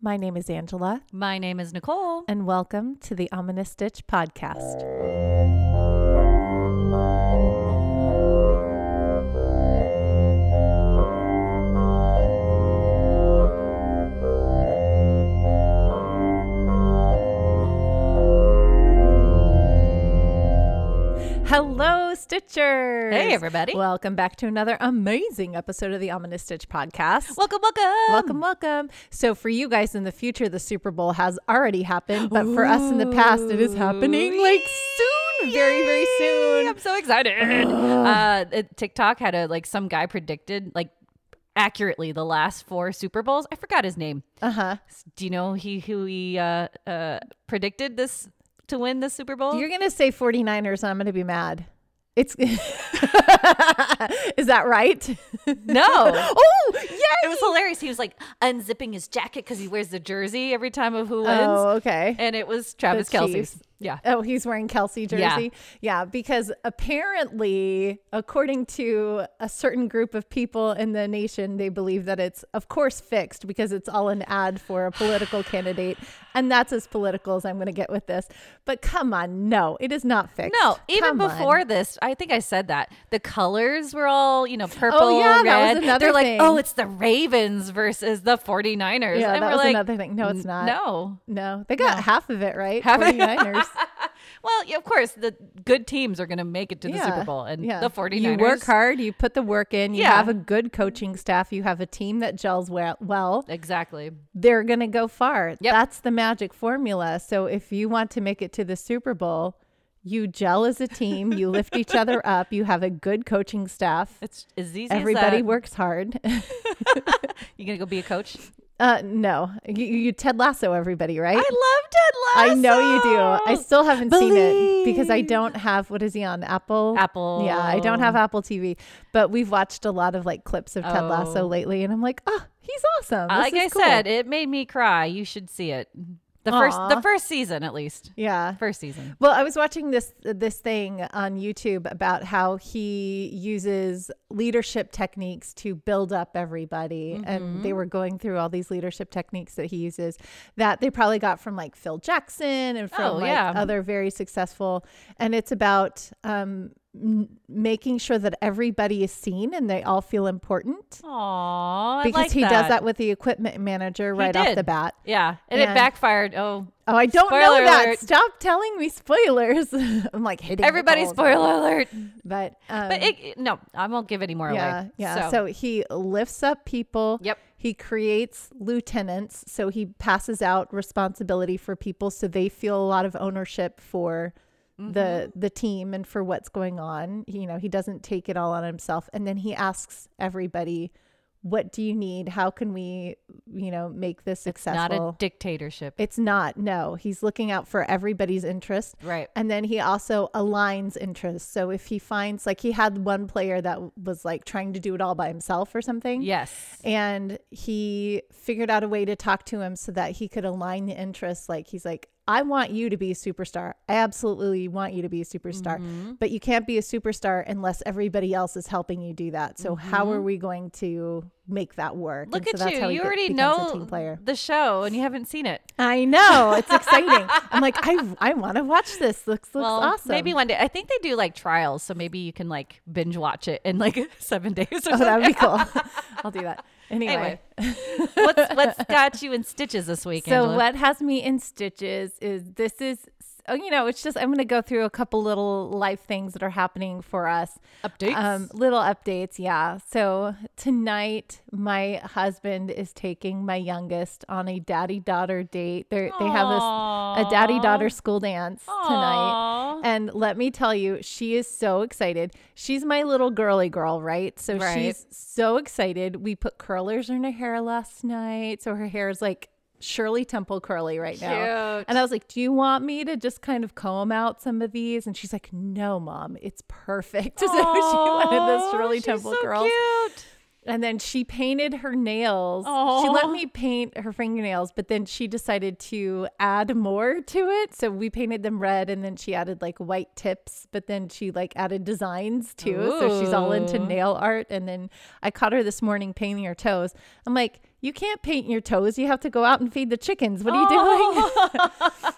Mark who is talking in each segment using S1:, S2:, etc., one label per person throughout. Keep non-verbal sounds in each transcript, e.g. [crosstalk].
S1: My name is Angela,
S2: My name is Nicole.
S1: and welcome to the Ominous Stitch podcast. Hello, Stitchers!
S2: Hey, everybody.
S1: Welcome back to another amazing episode of the Ominous Stitch podcast.
S2: Welcome, welcome.
S1: Welcome, welcome. So, for you guys in the future, the Super Bowl has already happened, but for us in the past, it is happening like soon, very, very
S2: Yay!
S1: soon.
S2: I'm so excited. uh, it- TikTok had a like some guy predicted like accurately the last four Super Bowls. I forgot his name.
S1: Uh huh.
S2: Do you know he who he uh, uh, predicted this to win the Super Bowl?
S1: You're going to say 49ers, and I'm going to be mad. It's [laughs] is that right?
S2: no.
S1: oh, yeah.
S2: It was hilarious. He was like unzipping his jacket because he wears the jersey every time of who wins,
S1: Oh, okay.
S2: and it was Travis Kelsey.
S1: Chiefs.
S2: Yeah.
S1: Oh, he's wearing Kelsey jersey.
S2: Yeah.
S1: Yeah. because apparently, according to a certain group of people in the nation, they believe that it's, of course, fixed because it's all an ad for a political candidate. And that's as political as I'm going to get with this. But come on, no, it is not fixed.
S2: No, even
S1: Come on.
S2: before this, I think I said that the colors were all, you know, purple,
S1: Oh, yeah,
S2: red.
S1: that was another
S2: They're
S1: thing.
S2: like, oh, it's the Ravens versus the 49ers.
S1: Yeah,
S2: and
S1: that
S2: we're
S1: was
S2: like,
S1: another thing. No, it's
S2: "N-
S1: not.
S2: No.
S1: No, they got half of it right.
S2: Half-
S1: 49ers.
S2: Well, yeah, of course, the good teams are going to make it to [laughs] the Super Bowl, and the 49ers.
S1: You work hard, you put the work in, you
S2: Yeah.
S1: have a good coaching staff, you have a team that gels well. well
S2: Exactly.
S1: they're going to go far.
S2: Yep.
S1: That's the magic formula. So if you want to make it to the Super Bowl, you gel as a team, you lift
S2: [laughs]
S1: each other up, you have a good coaching staff.
S2: It's as easy
S1: Everybody
S2: as that.
S1: works hard. [laughs]
S2: You going to go be a coach?
S1: Uh, no, you, you Ted Lasso everybody, right?
S2: I love Ted
S1: I
S2: Lasso.
S1: know you do. I still haven't seen it because I
S2: Believe.
S1: don't have what is he on Apple?
S2: Apple.
S1: Yeah, I don't have Apple TV, but we've watched a lot of like clips of Ted Lasso
S2: Oh. Uh,
S1: lately, and I'm like, oh, he's awesome. This
S2: Like
S1: is
S2: I
S1: cool."
S2: said, it made me cry. You should see it. The first,
S1: Aw.
S2: the first season, at least.
S1: yeah.
S2: First season.
S1: Well, I was watching this this thing on YouTube about how he uses leadership techniques to build up everybody, and
S2: Mm-hmm.
S1: they were going through all these leadership techniques that he uses that they probably got from like Phil Jackson and from
S2: Oh,
S1: like
S2: yeah.
S1: other very successful. And it's about um, m- making sure that everybody is seen and they all feel important
S2: Aww. Oh, I
S1: because
S2: like
S1: he does that with the equipment manager right off
S2: did.
S1: the bat.
S2: Yeah, and
S1: Yeah.
S2: it backfired. Oh,
S1: Oh, I don't know
S2: Spoiler
S1: that.
S2: alert.
S1: Stop telling me spoilers. [laughs] I'm like hitting
S2: everybody!
S1: Nicole's-
S2: Spoiler alert!
S1: But um,
S2: But it, it- no, I won't give any more
S1: yeah,
S2: away.
S1: yeah. So. he lifts up people.
S2: Yep.
S1: He creates lieutenants, so he passes out responsibility for people, so they feel a lot of ownership for the
S2: Mm-hmm.
S1: the team and for what's going on. You know, he doesn't take it all on himself, and then he asks everybody, "What do you need? How can we, you know, make this
S2: not
S1: successful?"
S2: a dictatorship,
S1: It's not. No, he's looking out for everybody's interest.
S2: right?
S1: And then he also aligns interests. So if he finds, like, he had one player that was like trying to do it all by himself or something.
S2: Yes.
S1: And he figured out a way to talk to him so that he could align the interests. Like, he's like, I want you to be a superstar. I absolutely want you to be a superstar.
S2: Mm-hmm.
S1: But you can't be a superstar unless everybody else is helping you do that. So, how are we going to make that work?
S2: Mm-hmm. Look
S1: And so
S2: at
S1: that's
S2: you!
S1: how he
S2: You
S1: get-
S2: already
S1: becomes a
S2: know
S1: team player.
S2: the show, and you haven't seen it.
S1: I know it's exciting. I'm like, I I want to watch this. Looks looks
S2: well,
S1: awesome.
S2: maybe one day. I think they do like trials, so maybe you can like binge watch it in like [laughs] seven days or
S1: oh,
S2: something.
S1: that would be cool. [laughs] I'll do that anyway.
S2: Anyway,
S1: [laughs]
S2: what's what's got you in stitches this week?
S1: So
S2: Angela?
S1: what has me in stitches is this is oh you know it's just I'm gonna go through a couple little life things that are happening for us.
S2: updates?
S1: Um, little updates, yeah. So tonight, my husband is taking my youngest on a daddy daughter date. They they have this a daddy daughter school dance tonight,
S2: Aw.
S1: and let me tell you, she is so excited. She's my little girly girl, right? So
S2: Right.
S1: she's so excited. We put curlers in her hair last night, so her hair is like. Shirley Temple curly right now.
S2: Cute.
S1: And I was like, Do you want me to just kind of comb out some of these? And she's like, No, mom, it's perfect. [laughs] So she wanted this
S2: Aw,
S1: Shirley
S2: she's
S1: Temple
S2: so
S1: girl. [laughs]
S2: Cute.
S1: And then she painted her nails. She
S2: Aw.
S1: let me paint her fingernails, but then she decided to add more to it. So we painted them red and then she added like white tips, but then she like added designs too. So she's all into
S2: Ooh.
S1: nail art. And then I caught her this morning painting her toes. I'm like, you can't paint your toes. You have to go out and feed the chickens. What are you doing?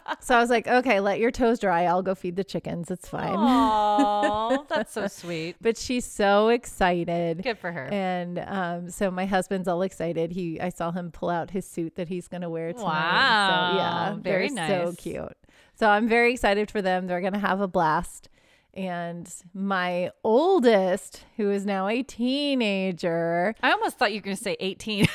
S1: [laughs] so I was like, okay, let your toes dry. I'll go feed the chickens. It's fine.
S2: Oh,
S1: [laughs]
S2: that's so sweet.
S1: But she's so excited.
S2: Good for her.
S1: And um, so my husband's all excited. He, I saw him pull out his suit that he's going to wear tonight. So yeah,
S2: Wow, very
S1: they're So
S2: nice.
S1: cute. So I'm very excited for them. They're going to have a blast. And my oldest, who is now a teenager,
S2: I almost thought you were going to say 18.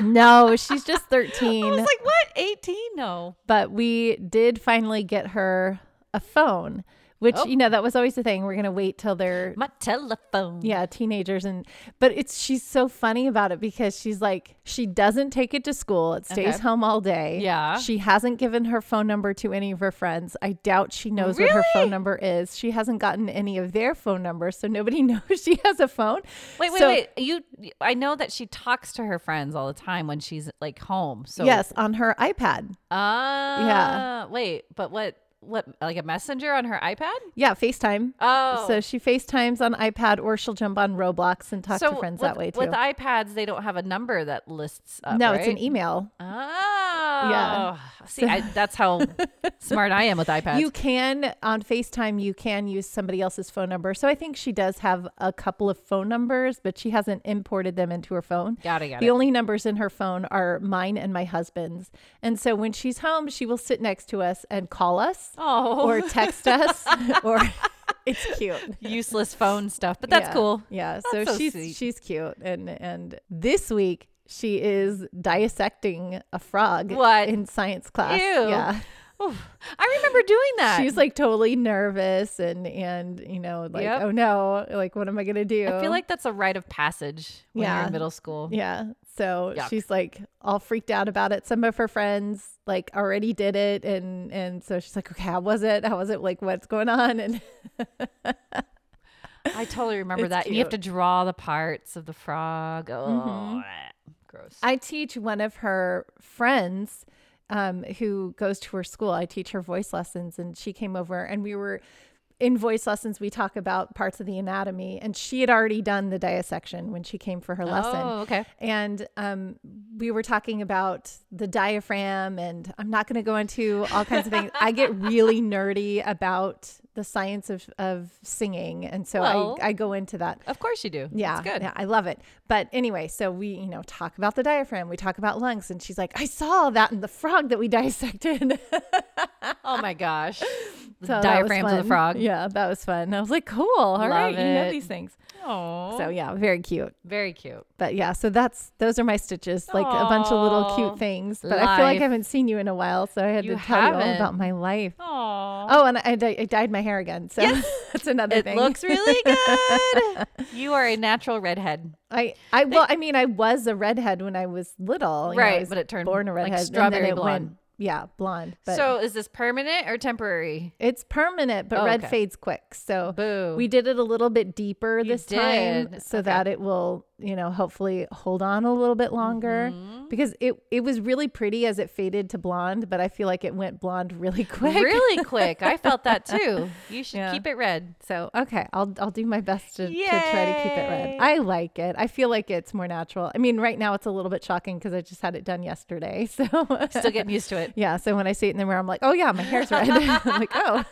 S1: no, she's just 13.
S2: [laughs] I was like, what? 18? No.
S1: but we did finally get her a phone, which
S2: Oh.
S1: you know that was always the thing. We're gonna wait till they're
S2: My telephone.
S1: yeah teenagers and but it's she's so funny about it because she's like she doesn't take it to school. It stays
S2: Okay.
S1: home all day.
S2: Yeah.
S1: she hasn't given her phone number to any of her friends. I doubt she knows what her phone
S2: Really?
S1: number is. She hasn't gotten any of their phone numbers, so nobody [laughs] knows she has a phone.
S2: Wait, wait,
S1: So-
S2: wait. You, I know that she talks to her friends all the time when she's like home. So
S1: Yes, on her iPad.
S2: Ah. yeah. Wait, but what? What? Like a messenger on her iPad?
S1: Yeah, FaceTime.
S2: Oh.
S1: So she FaceTimes on iPad or she'll jump on Roblox and talk to friends
S2: Oh. with,
S1: that way too.
S2: With iPads, they don't have a number that lists. Up,
S1: no, it's an
S2: right?
S1: email.
S2: Oh.
S1: Yeah.
S2: See, I, that's
S1: [laughs]
S2: how smart I am with iPads.
S1: You can on FaceTime you can use somebody else's phone number. So I think she does have a couple of phone numbers, but she hasn't imported them into her phone.
S2: Got it, got
S1: the
S2: it.
S1: only numbers in her phone are mine and my husband's. And so when she's home, she will sit next to us and call us
S2: oh.
S1: or text us or [laughs] it's cute.
S2: [laughs] useless phone stuff, but that's
S1: Yeah.
S2: cool.
S1: Yeah.
S2: That's
S1: so,
S2: so
S1: she's
S2: sweet.
S1: she's cute. And and this week she is dissecting a frog
S2: What?
S1: in science class.
S2: Ew.
S1: Yeah.
S2: Oof. I remember doing that.
S1: She's like totally nervous and and you know, like,
S2: Yep.
S1: oh no, like what am I gonna do?
S2: I feel like that's a rite of passage when you're
S1: Yeah.
S2: in middle school.
S1: Yeah. So
S2: Yuck.
S1: she's like all freaked out about it. Some of her friends like already did it and and so she's like, Okay, how was it? How was it? Like what's going on? [laughs] And
S2: I totally remember
S1: It's
S2: that. And you have to
S1: cute.
S2: draw the parts of the frog. Oh, gross.
S1: Mm-hmm. I teach one of her friends um, who goes to her school. I teach her voice lessons, and she came over, and we were in voice lessons. We talk about parts of the anatomy, and she had already done the dissection when she came for her lesson.
S2: Oh, okay.
S1: And um, we were talking about the diaphragm, and I'm not going to go into all kinds of things. I get really
S2: [laughs]
S1: nerdy about the science of, of singing, and so
S2: Well,
S1: I, I go into that.
S2: Of course you do.
S1: Yeah,
S2: It's good.
S1: yeah, I love it. But anyway, so we, you know, talk about the diaphragm, we talk about lungs, and she's like, I saw that in the frog that we [laughs] dissected.
S2: Oh my gosh.
S1: [laughs]
S2: The
S1: So that was
S2: diaphragms of the
S1: fun.
S2: frog.
S1: Yeah, that was fun. I was like, cool. All right,
S2: Love
S1: you know
S2: it.
S1: these things.
S2: Oh.
S1: So yeah, very cute.
S2: very cute.
S1: But yeah, so that's those are my stitches, like a bunch of little
S2: Aw,
S1: cute things. But I feel like
S2: life.
S1: I haven't seen you in a while, so I had
S2: You
S1: to tell you all
S2: haven't.
S1: about my life.
S2: Oh.
S1: Oh, and I, I dyed my hair again, so [laughs] that's another
S2: It
S1: thing.
S2: looks really
S1: [laughs]
S2: good. you are a natural redhead.
S1: I, I well, I mean, I was a redhead when I was little, you know, I
S2: Right,
S1: was
S2: but it turned
S1: born a
S2: like
S1: redhead, and then
S2: strawberry
S1: it went-
S2: blonde.
S1: yeah, blonde. But
S2: so is this permanent or temporary?
S1: it's permanent, but
S2: Oh,
S1: red
S2: okay.
S1: fades quick. So
S2: Boo. [laughs]
S1: we did it a little bit deeper this time,
S2: did.
S1: so
S2: Okay.
S1: that it will, you know, hopefully hold on a little bit longer. Because it it was really pretty as it faded to blonde, but I feel like it went blonde really [laughs] quick.
S2: really quick. I felt
S1: [laughs]
S2: that too. You should
S1: Yeah.
S2: keep it red.
S1: So okay, I'll I'll do my best to, to try to keep it red.
S2: Yay.
S1: I like it. I feel like it's more natural. I mean, right now it's a little bit shocking because I just had it done yesterday. [laughs] So
S2: Still getting used
S1: [laughs]
S2: to it.
S1: yeah, so when I see it in the mirror, I'm like, oh yeah, my hair's red. [laughs] I'm like, oh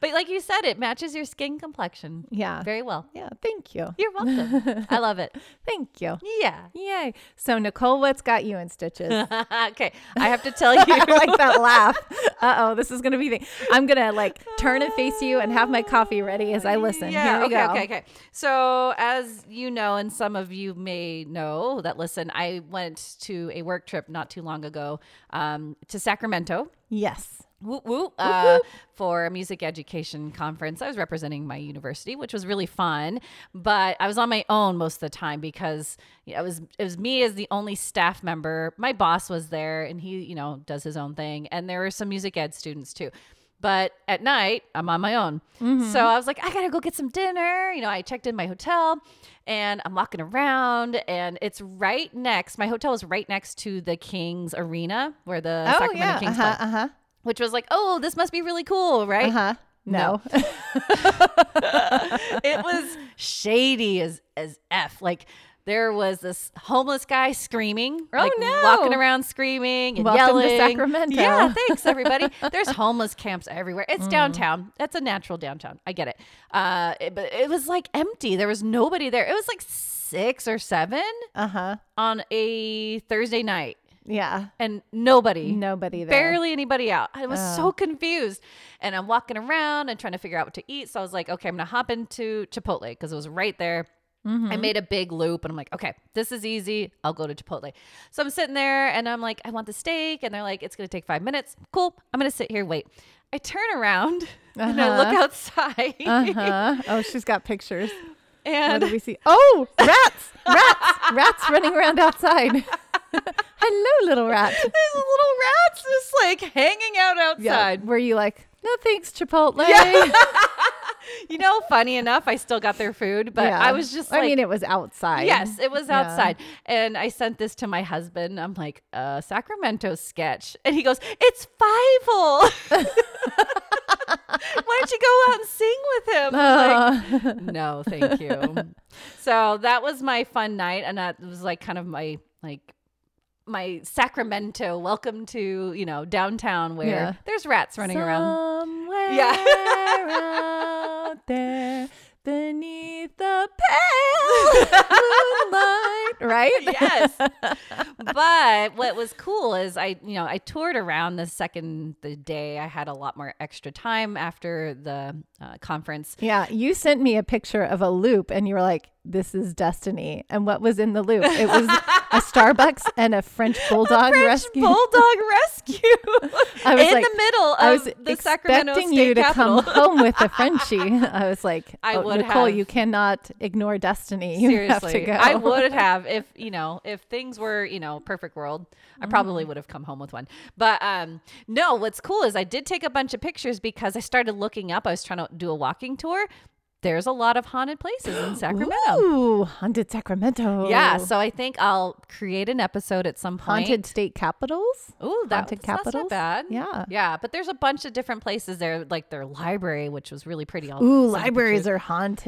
S2: But like you said, it matches your skin complexion
S1: yeah,
S2: very well.
S1: yeah. Thank you,
S2: You're welcome. I
S1: [laughs]
S2: love it.
S1: thank you.
S2: Yeah.
S1: Yay! So Nicole, what's got you in stitches?
S2: [laughs] okay. I have to tell you.
S1: [laughs] I like
S2: [laughs]
S1: that laugh. Uh oh, this is gonna be the. I'm gonna like turn and face you and have my coffee ready as I listen.
S2: Yeah.
S1: Here we
S2: okay.
S1: go.
S2: Okay. Okay. So, as you know, and some of you may know that, listen, I went to a work trip not too long ago um, to Sacramento.
S1: Yes.
S2: Whoop, whoop, uh, for a music education conference. I was representing my university, which was really fun, but I was on my own most of the time because you know, it was it was me as the only staff member. My boss was there, and he you know does his own thing, and there were some music ed students too. But at night, I'm on my own. So I was like, I gotta go get some dinner. You know, I checked in my hotel and I'm walking around, and it's right next, my hotel is right next to the Kings Arena where the Sacramento Kings play
S1: Uh huh. Uh huh.
S2: which was like, oh, this must be really cool, right?
S1: Uh huh. No.
S2: [laughs] It was shady as as f. Like there was this homeless guy screaming.
S3: Oh,
S2: like,
S3: no.
S2: Walking around screaming and
S1: Welcome to
S2: yelling.
S1: Sacramento. Mm.
S2: Yeah, thanks everybody. There's homeless camps everywhere. It's downtown. That's a natural downtown. I get it. Uh, it- But it was like empty. There was nobody there. It was like six or seven
S1: Uh
S2: Uh-huh.
S1: huh.
S2: on a Thursday night,
S1: Yeah.
S2: and nobody,
S1: Nobody there.
S2: barely anybody out. I was
S1: Oh.
S2: so confused. And I'm walking around and trying to figure out what to eat. So I was like, okay, I'm going to hop into Chipotle because it was right there. I
S1: Mm-hmm.
S2: made a big loop and I'm like, okay, this is easy. I'll go to Chipotle. So I'm sitting there and I'm like, I want the steak. And they're like, it's going to take five minutes. Cool. I'm going to sit here, wait. I turn around [laughs] and I look
S1: Uh-huh.
S2: outside
S1: Uh huh. Oh, she's got pictures. What
S2: [laughs] and
S1: do we see? Oh, rats! Rats! rats running around
S2: [laughs]
S1: outside. Hello, little rat.
S2: [laughs] there's little rats just like hanging out
S1: Yeah. [laughs]
S2: outside. [laughs]
S1: Were you like, no thanks, Chipotle?
S2: You know, funny enough, I still got their food, [laughs] but
S1: Yeah.
S2: I was just like,
S1: I mean, it was outside.
S2: Yes, it was
S1: Yeah.
S2: outside. And I sent this to my husband. I'm like, uh, Sacramento sketch. And he goes, It's Fievel. [laughs] Why don't you go out and sing with him? I'm
S1: Uh, [laughs]
S2: like, no, thank you. so that was my fun night. And that was like kind of my, like, my Sacramento, welcome to, you know, downtown where
S1: Yeah.
S2: there's rats running around.
S1: Somewhere
S2: Yeah.
S1: out there beneath the
S2: [laughs]
S1: pale moonlight, right? [laughs]
S2: yes. But what was cool is I, you know, I toured around the second the day. I had a lot more extra time after the uh, conference.
S1: Yeah, you sent me a picture of a loop and you were like, this is destiny. And what was in the loop? It was
S2: [laughs]
S1: a Starbucks and a French bulldog
S2: French
S1: rescue.
S2: Bulldog Rescue
S1: [laughs] I was
S2: in
S1: like-
S2: the middle of
S1: I was
S2: the Sacramento
S1: expecting
S2: State
S1: you to
S2: Capitol.
S1: come [laughs] home with a Frenchie. I was like,
S2: [laughs] I
S1: oh,
S2: would
S1: Nicole,
S2: have.
S1: you cannot ignore destiny. You have to
S2: Seriously,
S1: go.
S2: I would have if you know if things were you know perfect world, I probably
S1: Mm-hmm.
S2: would have come home with one. But um, no, what's cool is I did take a bunch of pictures because I started looking up. I was trying to do a walking tour. There's a lot of haunted places in Sacramento.
S1: Ooh, haunted Sacramento.
S2: Yeah, so I think I'll create an episode at some point.
S1: haunted state capitals.
S2: Ooh, that,
S1: haunted
S2: that's not
S1: capitals?
S2: bad.
S1: Yeah.
S2: yeah, but there's a bunch of different places there, like their library, which was really pretty. I'll
S1: Ooh,
S2: send
S1: libraries
S2: pictures.
S1: are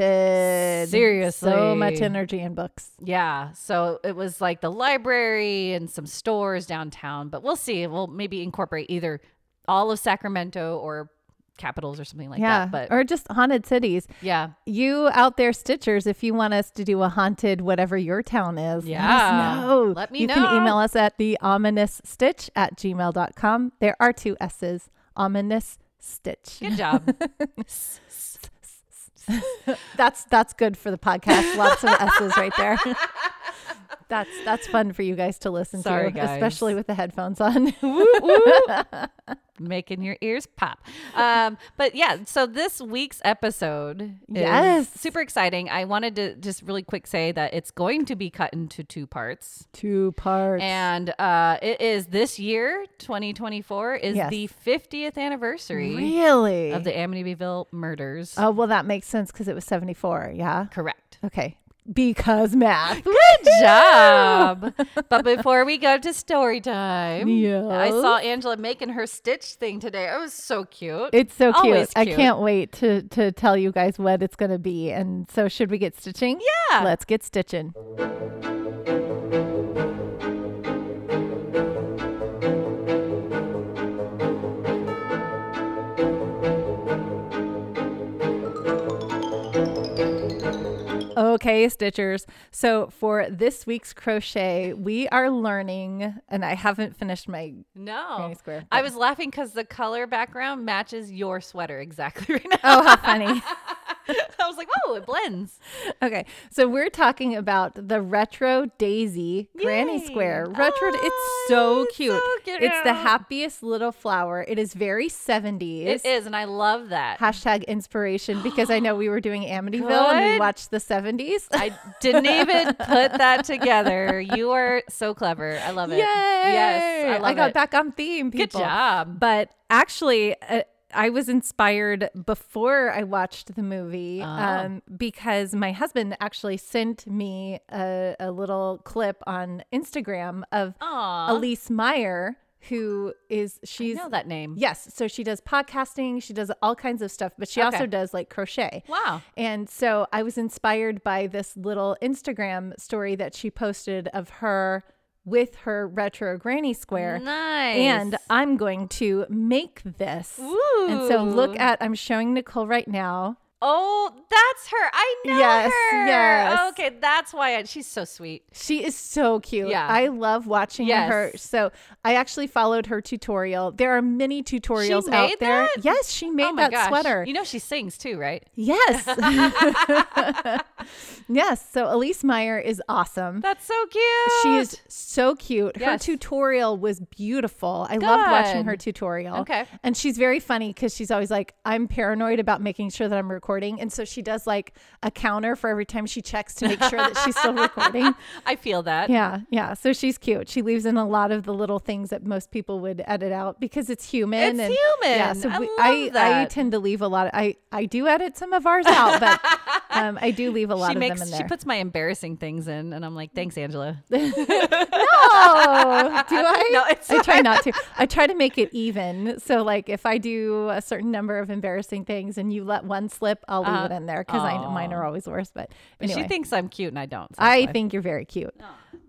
S1: haunted.
S2: Seriously.
S1: so much energy in books.
S2: Yeah, so it was like the library and some stores downtown, but we'll see. We'll maybe incorporate either all of Sacramento or capitals or something like
S1: yeah,
S2: that. But
S1: or just haunted cities.
S2: yeah,
S1: You out there, Stitchers, if you want us to do a haunted whatever your town is,
S2: Yeah.
S1: let us know.
S2: Let me
S1: you
S2: know.
S1: can email us at the ominous stitch at gmail.com. There are two S's, ominous stitch. [laughs]
S2: good job.
S1: That's that's good for the podcast. Lots of S's right
S2: [laughs]
S1: there. That's that's fun for you guys to listen
S2: Sorry,
S1: to,
S2: guys.
S1: especially with the headphones on. [laughs]
S2: making your ears pop. Um, but yeah, so this week's episode is
S1: Yes.
S2: super exciting. I wanted to just really quick say that it's going to be cut into two parts.
S1: two parts.
S2: And uh, it is this year, 2024, is
S1: Yes.
S2: the 50th anniversary
S1: really?
S2: of the Amityville murders.
S1: oh well, that makes sense because it was seventy four. Yeah.
S2: Correct.
S1: Okay. Because math.
S2: Good
S1: [laughs]
S2: job. but before we go to story time, I
S1: Yes.
S2: saw Angela making her stitch thing today. It was so cute.
S1: It's so cute.
S2: Always
S1: I
S2: cute.
S1: can't wait to to tell you guys what it's gonna be. And so, should we get stitching?
S2: Yeah.
S1: Let's get stitching. Okay, Stitchers. So for this week's crochet, we are learning, and I haven't finished my
S2: No.
S1: Granny Square.
S2: I was laughing because the color background matches your sweater exactly [laughs] right now.
S1: Oh, how
S2: [laughs]
S1: funny.
S2: I was like, whoa, it blends.
S1: Okay, so we're talking about the retro daisy granny
S2: Yay.
S1: square. Retro,
S2: Oh,
S1: it's so
S2: it's
S1: cute.
S2: so cute.
S1: It's the happiest little flower. It is very 70s.
S2: It is, and I love that.
S1: Hashtag inspiration because I know we were doing Amityville and
S2: Good.
S1: we watched the 70s.
S2: I
S1: [laughs]
S2: didn't even put that together. You are so clever. I love it.
S1: Yay!
S2: Yes, I love
S1: got
S2: it.
S1: back on theme,
S2: Good
S1: people.
S2: job.
S1: But actually, uh, I was inspired before I watched the
S2: Oh.
S1: movie um, because my husband actually sent me a, a little clip on Instagram of
S2: Aw.
S1: Elise Meyer, who is she's
S2: I know that name.
S1: yes, so she does podcasting, she does all kinds of stuff, but she also
S2: Okay.
S1: does like crochet.
S2: Wow.
S1: And so I was inspired by this little Instagram story that she posted of her with her retro granny square.
S2: Nice.
S1: And I'm going to make this. And so look
S2: Ooh.
S1: at I'm showing Nicole right now.
S2: Oh, that's her. I know
S1: Yes,
S2: her.
S1: yes.
S2: Okay, that's why I, she's so sweet.
S1: She is so cute.
S2: Yeah.
S1: I love watching
S2: Yes.
S1: her. So I actually followed her tutorial. There are many tutorials out
S2: made
S1: there.
S2: that?
S1: Yes, she made
S2: oh
S1: that
S2: my gosh.
S1: sweater.
S2: You know she sings too, right? [laughs]
S1: yes. [laughs] yes. So Elise Meyer is awesome.
S2: That's so cute.
S1: She is so cute.
S2: Yes.
S1: Her tutorial was beautiful. I loved watching her
S2: Good.
S1: tutorial.
S2: Okay.
S1: And she's very funny because she's always like, I'm paranoid about making sure that I'm recording. And so she does like a counter for every time she checks to make sure that she's
S2: [laughs]
S1: still recording.
S2: I feel that.
S1: Yeah. Yeah. So she's cute. She leaves in a lot of the little things that most people would edit out because it's human.
S2: It's
S1: and,
S2: human.
S1: Yeah. So
S2: I
S1: we,
S2: love
S1: I, I
S2: that.
S1: tend to leave a lot. Of, I, I do edit some of ours out,
S2: [laughs]
S1: but um, I do leave a lot
S2: She
S1: of
S2: makes
S1: them in
S2: she
S1: there.
S2: puts my embarrassing things in and I'm like, "Thanks, Angela."
S1: Oh, do I?
S2: [laughs] No, it's
S1: I try not to. I try to make it even. So, like, if I do a certain number of embarrassing things and you let one slip, I'll leave it in there because I mine are always worse. But anyway,
S2: Uh, She thinks I'm cute and I don't. so that's
S1: I
S2: why.
S1: think you're very cute.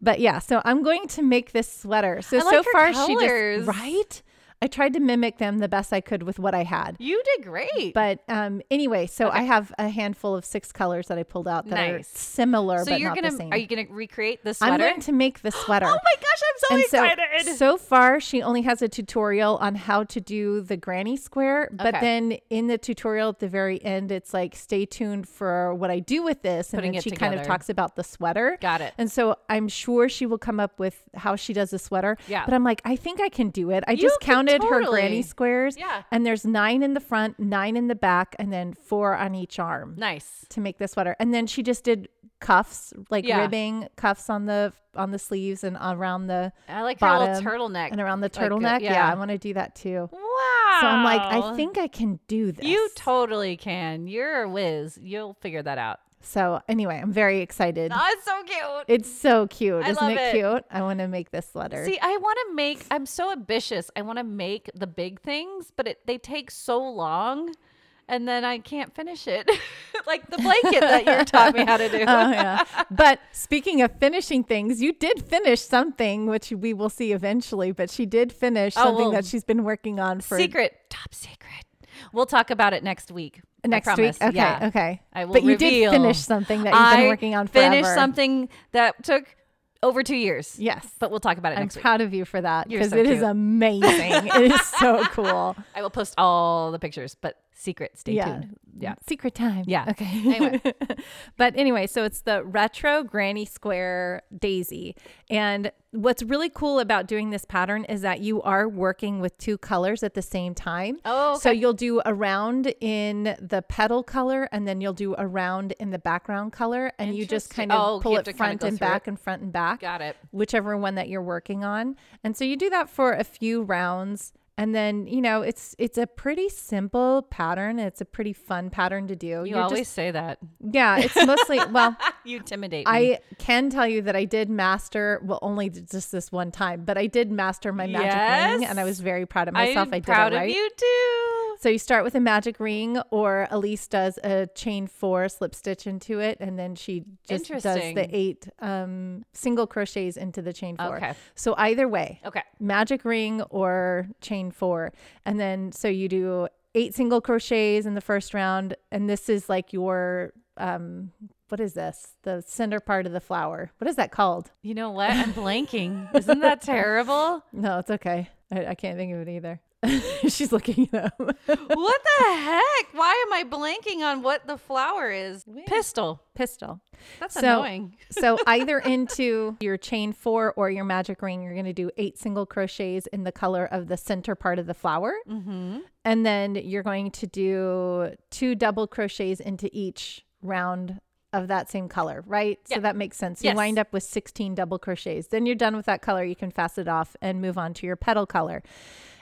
S1: But yeah, so I'm going to make this sweater. So
S2: I like
S1: so
S2: her
S1: far, she
S2: colors.
S1: just right. I tried to mimic them the best I could with what I had.
S2: you did great.
S1: But um, anyway, so I have a handful of six colors that I pulled out that
S2: Nice.
S1: are similar,
S2: so
S1: but
S2: you're
S1: not
S2: going
S1: the
S2: to
S1: same.
S2: are you going to recreate this sweater?
S1: I'm going to make the sweater.
S2: [gasps] oh my gosh, I'm so
S1: And so,
S2: excited.
S1: so far, she only has a tutorial on how to do the granny square. But
S2: Okay.
S1: then in the tutorial at the very end, it's like, stay tuned for what I do with this. And
S2: Putting
S1: then
S2: it
S1: she kind of
S2: together.
S1: talks about the sweater.
S2: Got it.
S1: And so I'm sure she will come up with how she does the sweater.
S2: Yeah.
S1: But I'm like, I think I can do it. I
S2: You
S1: just
S2: can
S1: counted her
S2: totally.
S1: granny squares.
S2: Yeah.
S1: And there's nine in the front, nine in the back, and then four on each arm
S2: nice.
S1: to make the sweater. And then she just did cuffs, like
S2: Yeah.
S1: ribbing cuffs on the on the sleeves and around the
S2: I like her
S1: bottom
S2: little turtleneck.
S1: and around the
S2: like a-
S1: turtleneck. yeah. I want to do that too.
S2: Wow.
S1: So I'm like, I think I can do this.
S2: You totally can. You're a whiz. You'll figure that out.
S1: so anyway, I'm very excited.
S2: Oh, it's so cute.
S1: It's so cute.
S2: I
S1: Isn't
S2: love
S1: it,
S2: it.
S1: cute? I want to make this letter.
S2: See, I want to make. I'm so ambitious. I want to make the big things, but it they take so long, and then I can't finish it. [laughs] like the blanket that you taught me how to
S1: [laughs]
S2: do.
S1: [laughs]
S2: [laughs]
S1: oh yeah. But speaking of finishing things, you did finish something which we will see eventually, but she did finish
S2: Oh,
S1: something
S2: well,
S1: that she's been working on for
S2: secret, top secret. We'll talk about it next week. I
S1: next
S2: promise.
S1: week. Okay,
S2: Yeah.
S1: okay.
S2: I will
S1: but you
S2: reveal.
S1: did finish something that you've been
S2: I
S1: working on forever.
S2: Finished something that took over two years.
S1: Yes.
S2: But we'll talk about it
S1: I'm
S2: next week.
S1: proud of you for that
S2: You're
S1: because
S2: so
S1: it is
S2: cute. [laughs]
S1: amazing. it is so cool.
S2: I will post all the pictures, but secret. Stay
S1: Yeah.
S2: tuned. Yeah.
S1: Secret time.
S2: Yeah.
S1: Okay.
S2: Anyway.
S1: [laughs] but anyway, so it's the retro granny square daisy. And what's really cool about doing this pattern is that you are working with two colors at the same time.
S2: Oh,
S1: So you'll do a round in the petal color and then you'll do a round in the background color and you just
S2: Interesting.
S1: kind of
S2: Oh, you
S1: pull
S2: have
S1: it
S2: to kinda
S1: front
S2: go
S1: and
S2: through it.
S1: back and front and back.
S2: Got it.
S1: whichever one that you're working on. And so you do that for a few rounds and then, you know, it's it's a pretty simple pattern. It's a pretty fun pattern to do.
S2: You
S1: You're
S2: always say that.
S1: just, Yeah, it's
S2: [laughs]
S1: mostly well,
S2: You intimidate me.
S1: I can tell you that I did master well only just this one time, but I did master my magic ring
S2: Yes.
S1: and I was very proud of
S2: I'm
S1: myself. I did
S2: proud
S1: it right.
S2: of you too.
S1: So you start with a magic ring, or Elise does a chain four slip stitch into it, and then she just does the
S2: Interesting.
S1: eight um, single crochets into the chain four.
S2: Okay.
S1: So either way,
S2: Okay.
S1: magic ring or chain four, and then so you do eight single crochets in the first round, and this is like your um, what is this? The center part of the flower. What is that called?
S2: You know what? I'm blanking. Isn't that [laughs] terrible?
S1: No, it's okay. I, I can't think of it either. [laughs] She's looking it up.
S2: What the heck? Why am I blanking on what the flower is? Pistol.
S1: Pistol.
S2: That's
S1: So-
S2: annoying.
S1: so either into your chain four or your magic ring, you're going to do eight single crochets in the color of the center part of the flower,
S2: Mm-hmm.
S1: and then you're going to do two double crochets into each round of that same color, right?
S2: Yeah.
S1: So that makes sense. You
S2: Yes.
S1: wind up with 16 double crochets. Then you're done with that color, you can fast it off and move on to your petal color.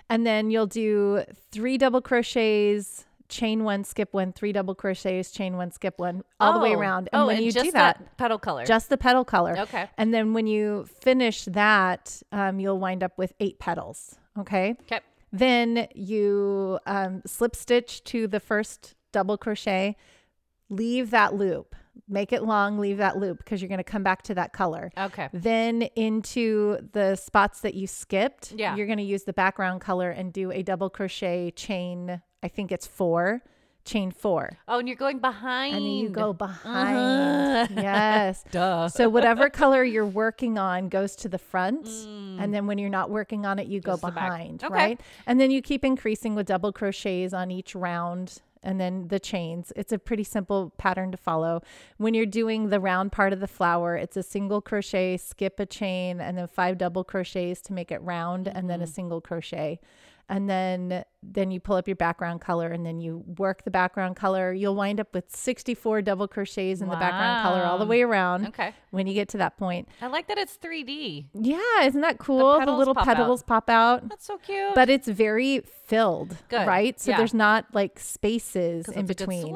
S1: And then you'll do three double crochets chain one, skip one, three double crochets, chain one, skip one, all the way
S2: Oh.
S1: around. And
S2: oh,
S1: when
S2: and
S1: you
S2: just
S1: do that,
S2: petal color.
S1: just the petal color.
S2: Okay.
S1: And then when you finish that, um, you'll wind up with eight petals. Okay.
S2: okay.
S1: Then you um, slip stitch to the first double crochet, leave that loop, make it long, leave that loop because you're going to come back to that color.
S2: Okay.
S1: Then into the spots that you skipped,
S2: Yeah.
S1: you're going to use the background color and do a double crochet chain. I think it's four, chain four.
S2: Oh, and you're going behind.
S1: And then you go behind.
S2: Uh-huh.
S1: Yes.
S2: [laughs] Duh.
S1: So whatever color you're working on goes to the front, and then when you're not working on it, you go
S2: Mm. Goes to the back.
S1: behind,
S2: Okay.
S1: right? And then you keep increasing with double crochets on each round. And then the chains. It's a pretty simple pattern to follow. When you're doing the round part of the flower, it's a single crochet, skip a chain, and then five double crochets to make it round, and
S2: Mm-hmm.
S1: then a single crochet. And then then you pull up your background color, and then you work the background color. You'll wind up with 64 double crochets in the background color all the
S2: Wow.
S1: way around
S2: Okay.
S1: when you get to that point.
S2: I like that it's 3D.
S1: Yeah, isn't that cool? The,
S2: petals
S1: little
S2: pop out.
S1: petals pop out.
S2: That's so cute.
S1: But it's very filled,
S2: Good.
S1: right? So
S2: Yeah.
S1: there's not like spaces
S2: 'Cause
S1: in
S2: it's a good
S1: between it's a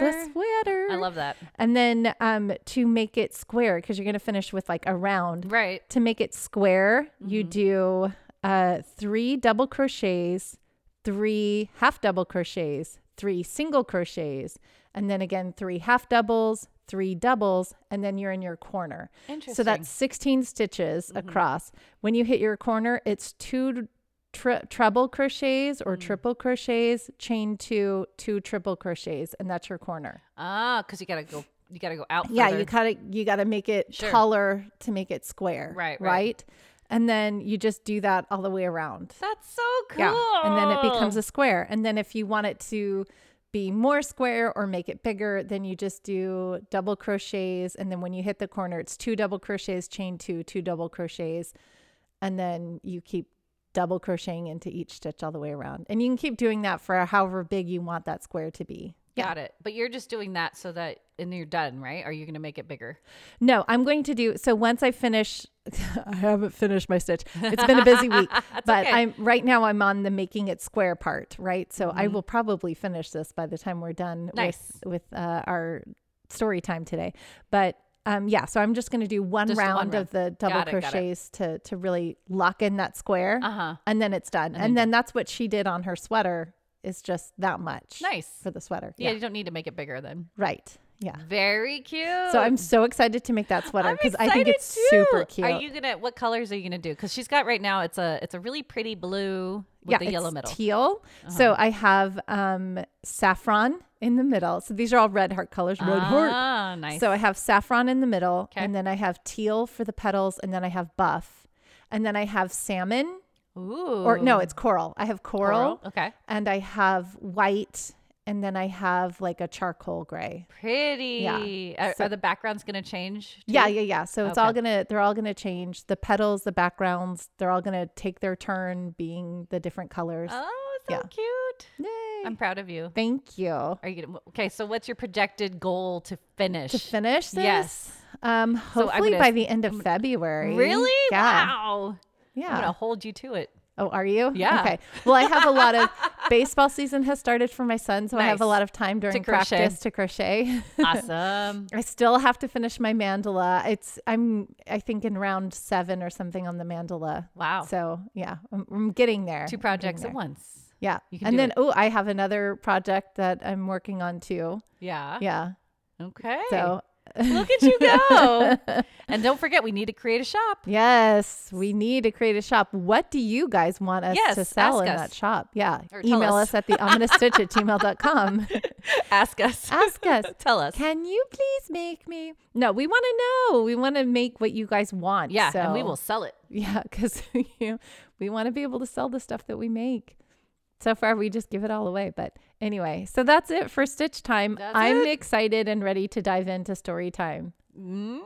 S2: sweater.
S1: sweater.
S2: I love that.
S1: And then um, to make it square, because you're gonna finish with like a round.
S2: Right.
S1: To make it square, you do uh, three double crochets, three half double crochets, three single crochets, and then again three half doubles, three doubles, and then you're in your corner.
S2: Interesting.
S1: So that's 16 stitches across. When you hit your corner, it's two tri- treble crochets or triple crochets, chain two, two triple crochets, and that's your corner.
S2: ah, because you gotta go. You gotta go out.
S1: Yeah,
S2: further.
S1: you gotta you gotta make it
S2: Sure.
S1: taller to make it square.
S2: Right,
S1: right.
S2: right.
S1: And then you just do that all the way around.
S2: That's so cool.
S1: Yeah. And then it becomes a square. And then if you want it to be more square or make it bigger, then you just do double crochets. And then when you hit the corner, it's two double crochets, chain two, two double crochets. And then you keep double crocheting into each stitch all the way around. And you can keep doing that for however big you want that square to be.
S2: Got it. But you're just doing that so that, and you're done, right? Are you gonna make it bigger?
S1: No, I'm going to do so once I finish [laughs] I haven't finished my stitch. It's been a
S2: [laughs]
S1: busy week. but
S2: okay.
S1: I'm right now I'm on the making it square part, right? So I will probably finish this by the time we're done
S2: Mm-hmm. Nice.
S1: with with uh, our story time today. But um, yeah, so I'm just going to do one
S2: Just the one
S1: round of the double
S2: Got it, got it.
S1: crochets to to really lock in that square,
S2: Uh huh.
S1: and then it's done. And, then that's what she did on her sweater. Is just that much
S2: Nice.
S1: for the sweater.
S2: Yeah, you don't need to make it bigger then.
S1: right. Yeah.
S2: Very cute.
S1: So I'm so excited to make that sweater
S2: Oh. I'm
S1: because I think
S2: excited
S1: it's super
S2: too.
S1: cute.
S2: Are you gonna? What colors are you gonna do? Because she's got right now. It's a it's a really pretty blue with the
S1: it's
S2: yellow middle. Uh-huh.
S1: Teal. So I have um, saffron in the middle. So these are all red heart colors. Red heart.
S2: ah, nice.
S1: So I have saffron in the middle,
S2: Okay.
S1: and then I have teal for the petals, and then I have buff, and then I have salmon,
S2: Ooh.
S1: or no, it's coral. I have coral,
S2: Okay.
S1: and I have white, and then I have like a charcoal gray.
S2: Pretty. Are,
S1: So-
S2: are the backgrounds gonna change? too?
S1: Yeah, yeah, yeah. So it's all
S2: Okay.
S1: gonna they're all gonna change. The petals, the backgrounds, they're all gonna take their turn being the different colors.
S2: Oh, so
S1: Yeah.
S2: cute.
S1: Yay.
S2: I'm proud of you.
S1: Thank you.
S2: Are you gonna, okay? So what's your projected goal to finish?
S1: To finish this?
S2: Yes.
S1: Um
S2: I'm
S1: hopefully
S2: gonna-
S1: by the end of February.
S2: Really?
S1: Yeah.
S2: Wow. I'm
S1: Yeah.
S2: gonna hold you
S1: [laughs]
S2: to it.
S1: Oh, are you?
S2: Yeah.
S1: Okay. Well, I have a lot
S2: [laughs]
S1: of baseball season has started for my son, so I have a
S2: Nice.
S1: lot of time during
S2: crochet.
S1: practice to
S2: [laughs]
S1: crochet.
S2: Awesome.
S1: I still have to finish my mandala. It's I'm I think in round 7 or something on the mandala.
S2: Wow.
S1: So, yeah, I'm, I'm getting there.
S2: Oh. Two
S1: I'm getting
S2: projects at
S1: there.
S2: once.
S1: Yeah.
S2: You can
S1: And
S2: do
S1: then
S2: it.
S1: oh, I have another project that I'm working on too.
S2: Yeah.
S1: Yeah.
S2: Okay.
S1: So,
S2: [laughs] look at you
S1: [laughs]
S2: go. and don't forget, we need to create a shop.
S1: Yes, we need to create a shop. What do you guys want us
S2: Yes,
S1: to sell
S2: ask
S1: in
S2: us.
S1: that shop? Yeah.
S2: Or tell
S1: Email us.
S2: us.
S1: at the ominous stitch at
S2: [laughs]
S1: gmail.com.
S2: Ask us.
S1: Ask us.
S2: Tell us.
S1: Can you please make me? No, we want to know. We want to make what you guys want.
S2: yeah,
S1: so-
S2: and we will sell it.
S1: Yeah, [laughs] because you know, we want to be able to sell the stuff that we make. So far, we just give it all away. But anyway, so that's it for Stitch Time.
S2: That's
S1: I'm
S2: it.
S1: excited and ready to dive into story time.
S2: Mm, I'm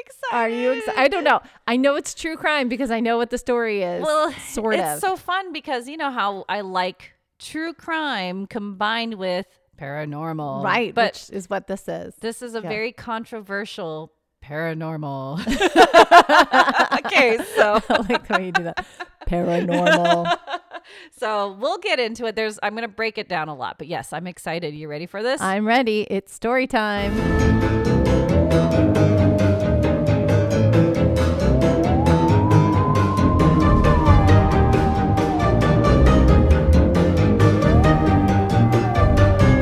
S2: excited.
S1: Are you excited? I don't know. I know it's true crime because I know what the story is.
S2: Well,
S1: sort
S2: it's
S1: of.
S2: so fun because you know how I like true crime combined with paranormal.
S1: right,
S2: But
S1: which is what this [laughs] is.
S2: this is a
S1: yeah.
S2: very controversial
S1: [laughs]
S2: paranormal. [laughs] okay, so
S1: I like the way you do that. [laughs] Paranormal.
S2: So we'll get into it. There's I'm gonna break it down a lot, but yes, I'm excited. You ready for this?
S1: I'm ready. It's story time.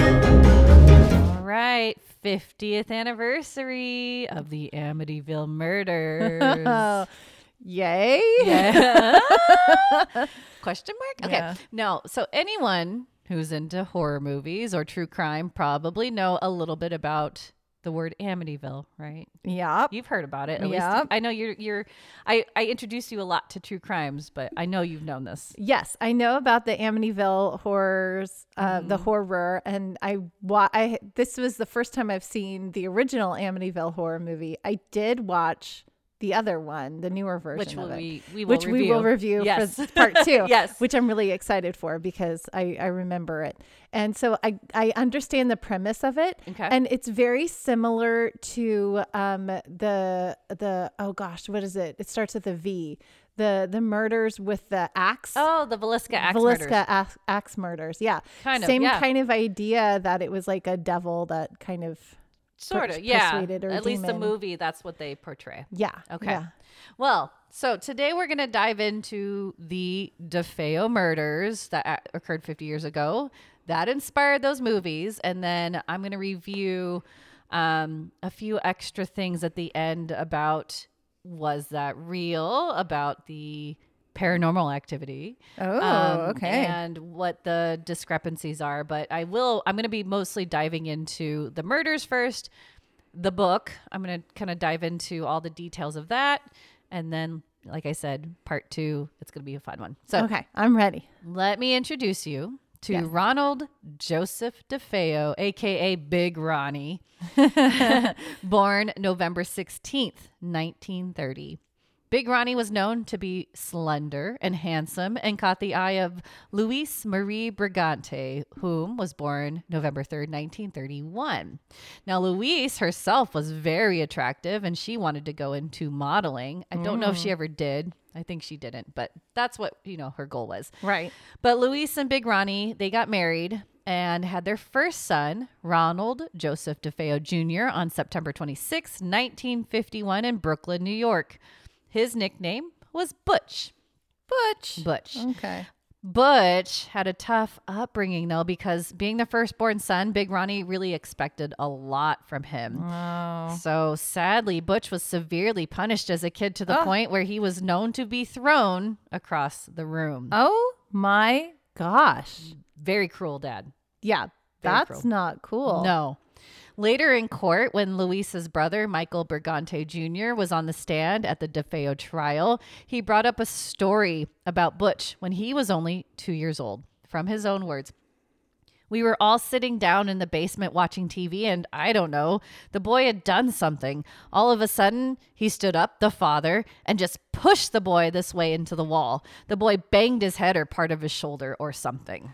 S2: All right. 50th anniversary of the Amityville murders.
S1: Oh, [laughs] Yay. [laughs]
S2: Yeah. [laughs] Question mark? Okay.
S1: Yeah.
S2: No. So anyone who's into horror movies or true crime probably know a little bit about the word Amityville, right?
S1: Yep.
S2: You've heard about it. At
S1: Yep.
S2: least I know you're you're I, I introduce you a lot to true crimes, but I know you've known this.
S1: Yes, I know about the Amityville horrors, uh,
S2: Mm-hmm.
S1: the horror, and I, wa- I this was the first time I've seen the original Amityville horror movie. I did watch the other one, the newer version
S2: Which
S1: of
S2: will
S1: it,
S2: we, we will
S1: which
S2: review.
S1: we will review
S2: yes.
S1: for s-
S2: [laughs]
S1: part two.
S2: yes.
S1: which I'm really excited for because I I remember it, and so I I understand the premise of it,
S2: Okay.
S1: and it's very similar to um the the oh gosh what is it? It starts with a V. The, the murders with the axe.
S2: oh, the Velisca axe murders.
S1: Velisca axe, axe murders. Yeah.
S2: Kind of,
S1: Same
S2: yeah.
S1: kind of idea that it was like a devil that kind of,
S2: Sort
S1: pers-
S2: of, yeah. At
S1: persuaded or
S2: least the
S1: demon.
S2: movie, that's what they portray.
S1: yeah.
S2: Okay.
S1: Yeah.
S2: Well, so today we're going to dive into the DeFeo murders that a- occurred 50 years ago that inspired those movies. And then I'm going to review um, a few extra things at the end about was that real, about the paranormal activity.
S1: Oh,
S2: um,
S1: okay.
S2: And what the discrepancies are. But I will, I'm going to be mostly diving into the murders first the book. I'm going to kind of dive into all the details of that. And then, like I said, part two, it's going to be a fun one. So
S1: okay. I'm ready.
S2: let me introduce you to Ronald Joseph DeFeo, AKA Big Ronnie, born November 16th, 1930. Big Ronnie was known to be slender and handsome and caught the eye of Luis Marie Brigante, whom was born November 3rd, 1931. Now, Luis herself was very attractive and she wanted to go into modeling. I don't know if she ever did. I think she didn't, but that's what, you know, her goal was.
S1: Right.
S2: But Luis and Big Ronnie, they got married and had their first son, Ronald Joseph DeFeo Jr., on September 26, 1951, in Brooklyn, New York. His nickname was Butch.
S1: Butch.
S2: Butch.
S1: Okay.
S2: Butch had a tough upbringing though, because being the firstborn son, Big Ronnie really expected a lot from him. Um,
S1: Oh.
S2: So sadly, Butch was severely punished as a kid to the point where he was known to be thrown across the room.
S1: Oh my gosh.
S2: Very cruel dad.
S1: Yeah.
S2: Very
S1: That's
S2: cruel.
S1: not cool.
S2: No. Later in court, when Luis's brother, Michael Bergante Jr., was on the stand at the DeFeo trial, he brought up a story about Butch when he was only two years old, from his own words. We were all sitting down in the basement watching TV, and I don't know, the boy had done something. All of a sudden, he stood up, the father, and just pushed the boy this way into the wall. The boy banged his head or part of his shoulder or something.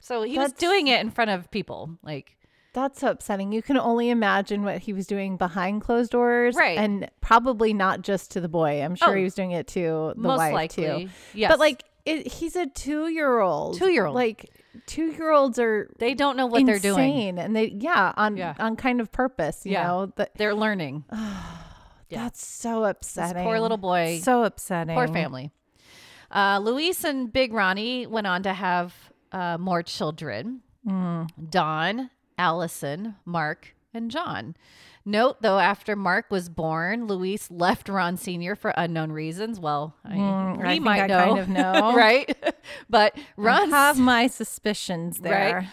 S2: So he
S1: That's-
S2: was doing it in front of people. Like,
S1: That's so upsetting. You can only imagine what he was doing behind closed doors.
S2: Right.
S1: And probably not just to the boy. I'm sure
S2: Oh.
S1: he was doing it to the
S2: most
S1: wife
S2: likely.
S1: too.
S2: Yes.
S1: But like it, he's a two year old.
S2: Two-year-old.
S1: Like two year olds are
S2: they don't know what they're doing.
S1: insane, and they yeah on
S2: Yeah.
S1: on kind of purpose you
S2: Yeah.
S1: know that
S2: They're learning. Yeah.
S1: that's so upsetting
S2: poor little boy.
S1: so upsetting
S2: Poor family. Uh, Luis and Big Ronnie went on to have uh, more children
S1: Mm.
S2: Don, Allison, Mark, and John. Note though, after Mark was born, Luis left Ron Sr. for unknown reasons. Well, I, we
S1: Mm, I think
S2: might
S1: I
S2: know.
S1: kind of know.
S2: [laughs] right? But
S1: I
S2: Ron
S1: have my suspicions
S2: [laughs] Right.
S1: there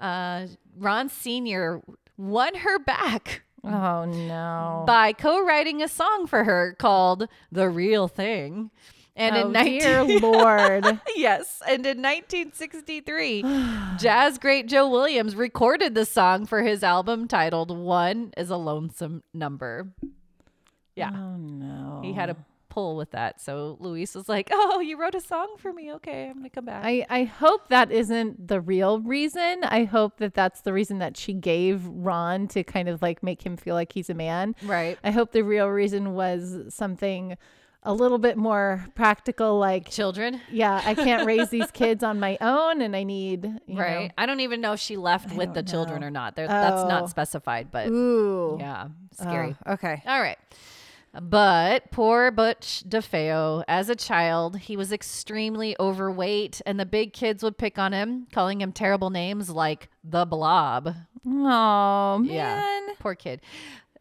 S2: uh, Ron Sr. won her back
S1: oh no
S2: by co-writing a song for her called "The Real Thing," and
S1: oh
S2: in 19- [laughs]
S1: dear lord
S2: Yes. And in 1963, jazz great Joe Williams recorded the song for his album titled One is a Lonesome Number. Yeah.
S1: oh no
S2: He had a pull with that. So Luis was like, Oh, you wrote a song for me. Okay. I'm going to come back.
S1: I, I hope that isn't the real reason. I hope that that's the reason that she gave Ron to kind of like make him feel like he's a man.
S2: right.
S1: I hope the real reason was something a little bit more practical like
S2: Children,
S1: yeah, I can't raise
S2: [laughs]
S1: these kids on my own and I need, you
S2: right? I don't even know if she left with the
S1: don't
S2: children
S1: know.
S2: or not. There, That's
S1: Oh.
S2: not specified, but
S1: know. Ooh.
S2: yeah, scary.
S1: Oh, okay.
S2: All right. But poor Butch DeFeo, as a child, he was extremely overweight, and the big kids would pick on him, calling him terrible names like the blob.
S1: Oh, man.
S2: Poor kid.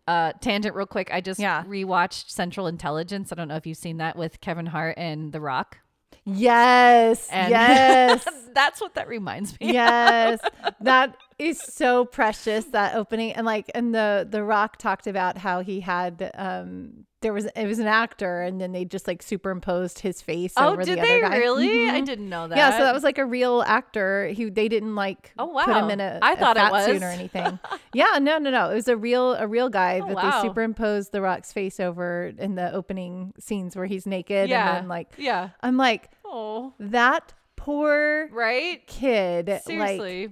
S2: Uh, tangent, real quick. I just
S1: Yeah.
S2: rewatched Central Intelligence. I don't know if you've seen that with Kevin Hart and The Rock.
S1: Yes.
S2: And- [laughs]
S1: yes.
S2: That's what that reminds [laughs] me.
S1: yes. That is so precious that opening and like and the the rock talked about how he had um there was it was an actor and then they just like superimposed his face
S2: Oh,
S1: over
S2: did
S1: the
S2: they
S1: other guy.
S2: really?
S1: Mhm.
S2: I didn't know that.
S1: Yeah, so that was like a real actor. He they didn't like
S2: Oh,
S1: put him
S2: wow.
S1: in a,
S2: I
S1: a
S2: thought it
S1: fat suit
S2: was.
S1: or anything. [laughs] yeah, no, no, no. It was a real a real guy,
S2: Oh,
S1: but
S2: wow.
S1: they superimposed the Rock's face over in the opening scenes where he's naked.
S2: Yeah.
S1: and then, like
S2: yeah.
S1: I'm like
S2: Oh,
S1: that poor
S2: right.
S1: kid.
S2: Seriously.
S1: Like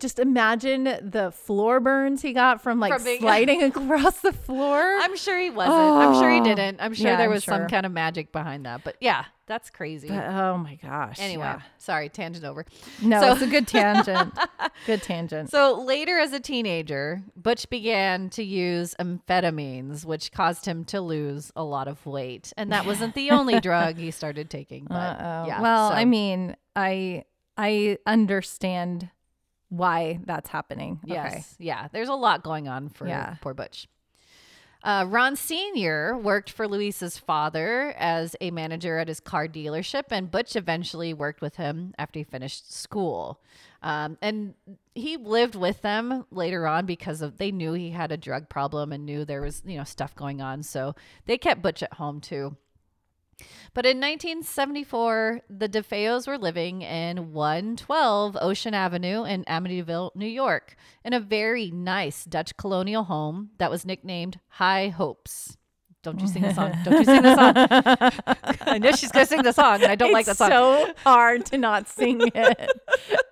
S1: just imagine the floor burns he got from like
S2: From being- [laughs]
S1: sliding across the floor.
S2: I'm sure he wasn't. I'm sure he
S1: Oh.
S2: didn't. I'm sure
S1: Yeah,
S2: there
S1: I'm
S2: was some
S1: sure.
S2: kind of magic behind that. But yeah, that's crazy.
S1: But, oh my gosh.
S2: anyway,
S1: yeah.
S2: sorry, tangent over.
S1: No,
S2: So-
S1: it's a good tangent.
S2: [laughs]
S1: good tangent.
S2: So later as a teenager, Butch began to use amphetamines, which caused him to lose a lot of weight. And that wasn't
S1: [laughs]
S2: the only drug he started taking. But
S1: Uh-oh.
S2: yeah.
S1: well,
S2: so-
S1: I mean, I I understand why that's happening.
S2: Yes.
S1: Okay.
S2: Yeah. There's a lot going on for
S1: Yeah.
S2: poor Butch. Uh, Ron Sr. worked for Luis's father as a manager at his car dealership, and Butch eventually worked with him after he finished school. Um, and he lived with them later on because of they knew he had a drug problem and knew there was you know stuff going on, so they kept Butch at home too. But in 1974, the DeFeos were living in 112 Ocean Avenue in Amityville, New York, in a very nice Dutch colonial home that was nicknamed High Hopes. Don't you sing the song. Don't you sing the song. [laughs] I know she's going to sing the song, and I don't like the
S1: It's
S2: song.
S1: so [laughs] hard to not sing
S2: [laughs]
S1: it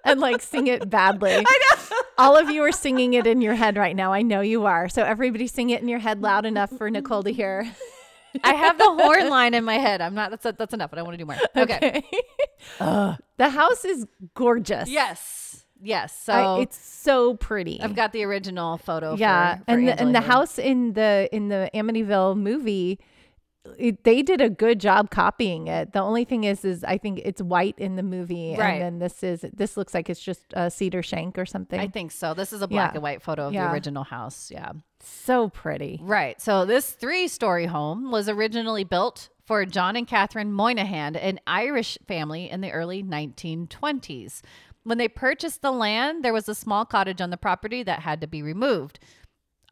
S1: and like sing it badly. I know. All of you are singing it in your head right now. I know you are. So everybody sing it in your head loud enough for Nicole to hear.
S2: I have the horn line in my head. I'm not, that's, that's enough. I don't want to do more. [laughs] Okay.
S1: the house is gorgeous.
S2: Yes. Yes. So
S1: I- it's so pretty.
S2: I've got the original photo.
S1: yeah,
S2: for- for
S1: and the, and
S2: Angela
S1: the
S2: here.
S1: house in the in the Amityville movie, it, they did a good job copying it. The only thing is, is I think it's white in the movie,
S2: Right.
S1: and then this is this looks like it's just a cedar shank or something.
S2: I think so. This is a black
S1: Yeah.
S2: and white photo of the
S1: Yeah.
S2: original house. Yeah.
S1: so pretty.
S2: Right. So this three-story home was originally built for John and Catherine Moynihan, an Irish family in the early 1920s. When they purchased the land, there was a small cottage on the property that had to be removed.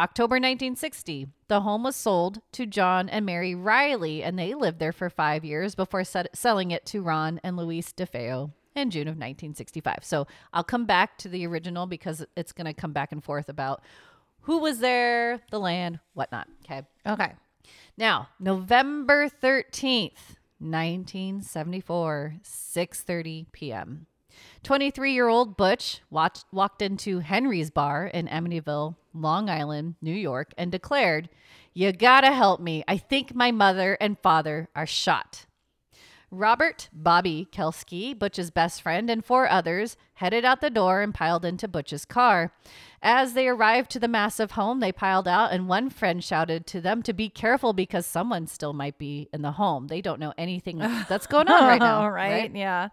S2: October 1960, the home was sold to John and Mary Riley, and they lived there for five years before set- selling it to Ron and Luis DeFeo in June of 1965. So I'll come back to the original because it's going to come back and forth about who was there, the land, whatnot. Okay.
S1: Okay.
S2: Now, November 13th, 1974, 6:30 p.m. 23-year-old Butch watched, walked into Henry's bar in Amityville, Long Island, New York, and declared, "You got to help me. I think my mother and father are shot." Robert Bobby Kelski, Butch's best friend, and four others headed out the door and piled into Butch's car. As they arrived to the massive home, they piled out, and one friend shouted to them to be careful because someone still might be in the home. They don't know anything that's going on right now.
S1: All [laughs] right. Yeah.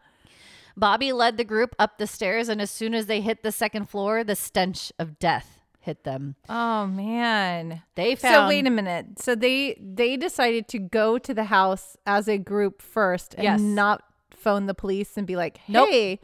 S2: Bobby led the group up the stairs, and as soon as they hit the second floor, the stench of death hit them.
S1: Oh man.
S2: They found.
S1: So wait a minute. So they they decided to go to the house as a group first and
S2: Yes.
S1: not phone the police and be like,
S2: Nope.
S1: "Hey,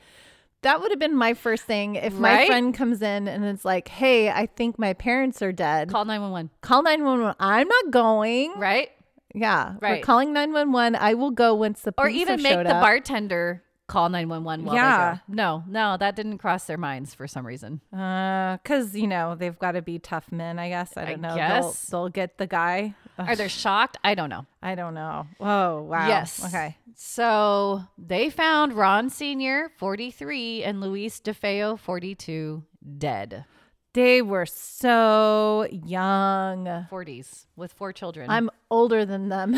S1: that would have been my first thing if
S2: Right?
S1: my friend comes in and it's like, "Hey, I think my parents are dead.
S2: Call 911,
S1: Call 911. I'm not going."
S2: right?
S1: Yeah. We're
S2: Right.
S1: calling 911. I will go once the
S2: or
S1: police
S2: even
S1: have
S2: make
S1: showed
S2: the
S1: up.
S2: bartender call 911 while
S1: Yeah.
S2: they go. No, no, that didn't cross their minds for some reason.
S1: because Uh, you know they've got to be tough men. I guess I don't know.
S2: guess.
S1: They'll, they'll get the guy. Ugh,
S2: [sighs] Are they shocked? I don't know.
S1: I don't know. Whoa! Wow.
S2: Yes.
S1: Okay.
S2: So they found Ron Sr., 43, and Luis DeFeo, 42, dead.
S1: They were so young.
S2: 40s with four children.
S1: I'm older than them.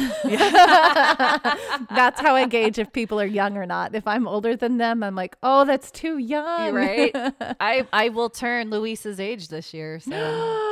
S1: [laughs] that's how I gauge if people are young or not. If I'm older than them, I'm like, oh, that's too young.
S2: [laughs] You're [laughs] right.
S1: [gasps]
S2: I I will turn Luis's age this year. So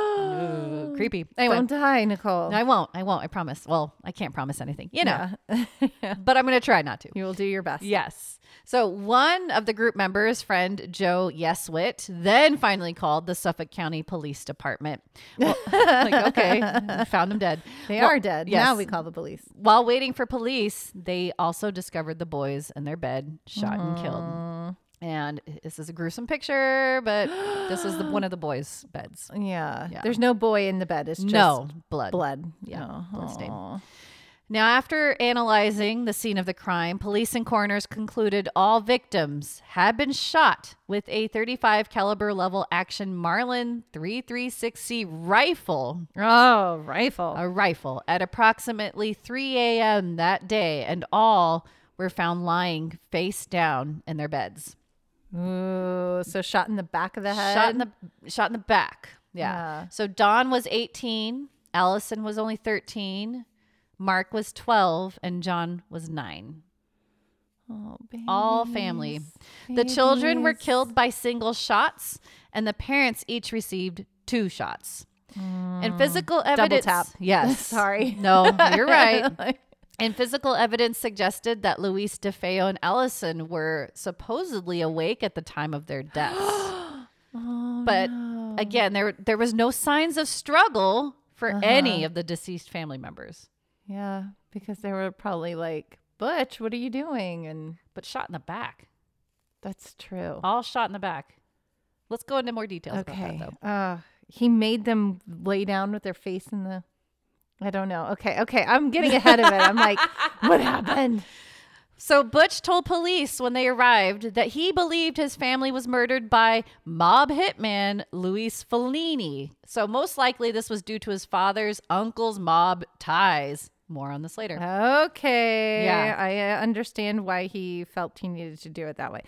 S2: [gasps] [laughs] Ooh, creepy. Anyway,
S1: Oh. Don't die, Nicole.
S2: I won't. I won't. I promise. Well, I can't promise anything, you know. [laughs] but I'm gonna try not to.
S1: [laughs] You will do your best.
S2: Yes. So one of the group members, friend Joe Yeswit, then finally called the Suffolk County Police Department. Well, [laughs] like,
S1: [laughs]
S2: okay, found him dead.
S1: They
S2: Well,
S1: are dead.
S2: yes.
S1: Now we call the police.
S2: While waiting for police, they also discovered the boys in their bed, shot and killed. And this is a gruesome picture, but this is the, one of the boys' beds.
S1: Yeah.
S2: Yeah.
S1: There's no boy in the bed. It's [gasps] just
S2: no blood.
S1: blood.
S2: Yeah,
S1: Oh.
S2: blood stain. Now, after analyzing the scene of the crime, police and coroners concluded all victims had been shot with a 35 caliber level action Marlin 336C rifle
S1: Oh, rifle.
S2: a rifle at approximately 3 a.m. that day, and all were found lying face down in their beds,
S1: Ooh, so shot in the back of the head.
S2: shot in the shot in the back. Yeah.
S1: Yeah.
S2: So Dawn was 18, Allison was only 13, Mark was 12, and John was nine.
S1: oh, baby.
S2: All family. The children were killed by single shots, and the parents each received two shots. And physical evidence.
S1: Mm.
S2: [laughs]
S1: tap.
S2: Yes.
S1: Sorry. [laughs]
S2: No, you're right. And physical evidence suggested that Luis DeFeo and Allison were supposedly awake at the time of
S1: [gasps]
S2: their deaths.
S1: oh,
S2: but again, there there was no signs of struggle for
S1: Uh-huh.
S2: any of the deceased family members.
S1: yeah, because they were probably like, Butch, what are you doing? And
S2: But shot in the back.
S1: that's true.
S2: All shot in the back. Let's go into more details about
S1: Okay.
S2: that though.
S1: Uh, he made them lay down with their face in the. I don't know. Okay. Okay. I'm getting ahead of it. I'm
S2: [laughs]
S1: like, what happened?
S2: So Butch told police when they arrived that he believed his family was murdered by mob hitman Luis Fellini. So most likely this was due to his father's uncle's mob ties. More on this later.
S1: Okay.
S2: Yeah.
S1: I uh, understand why he felt he needed to do it that way.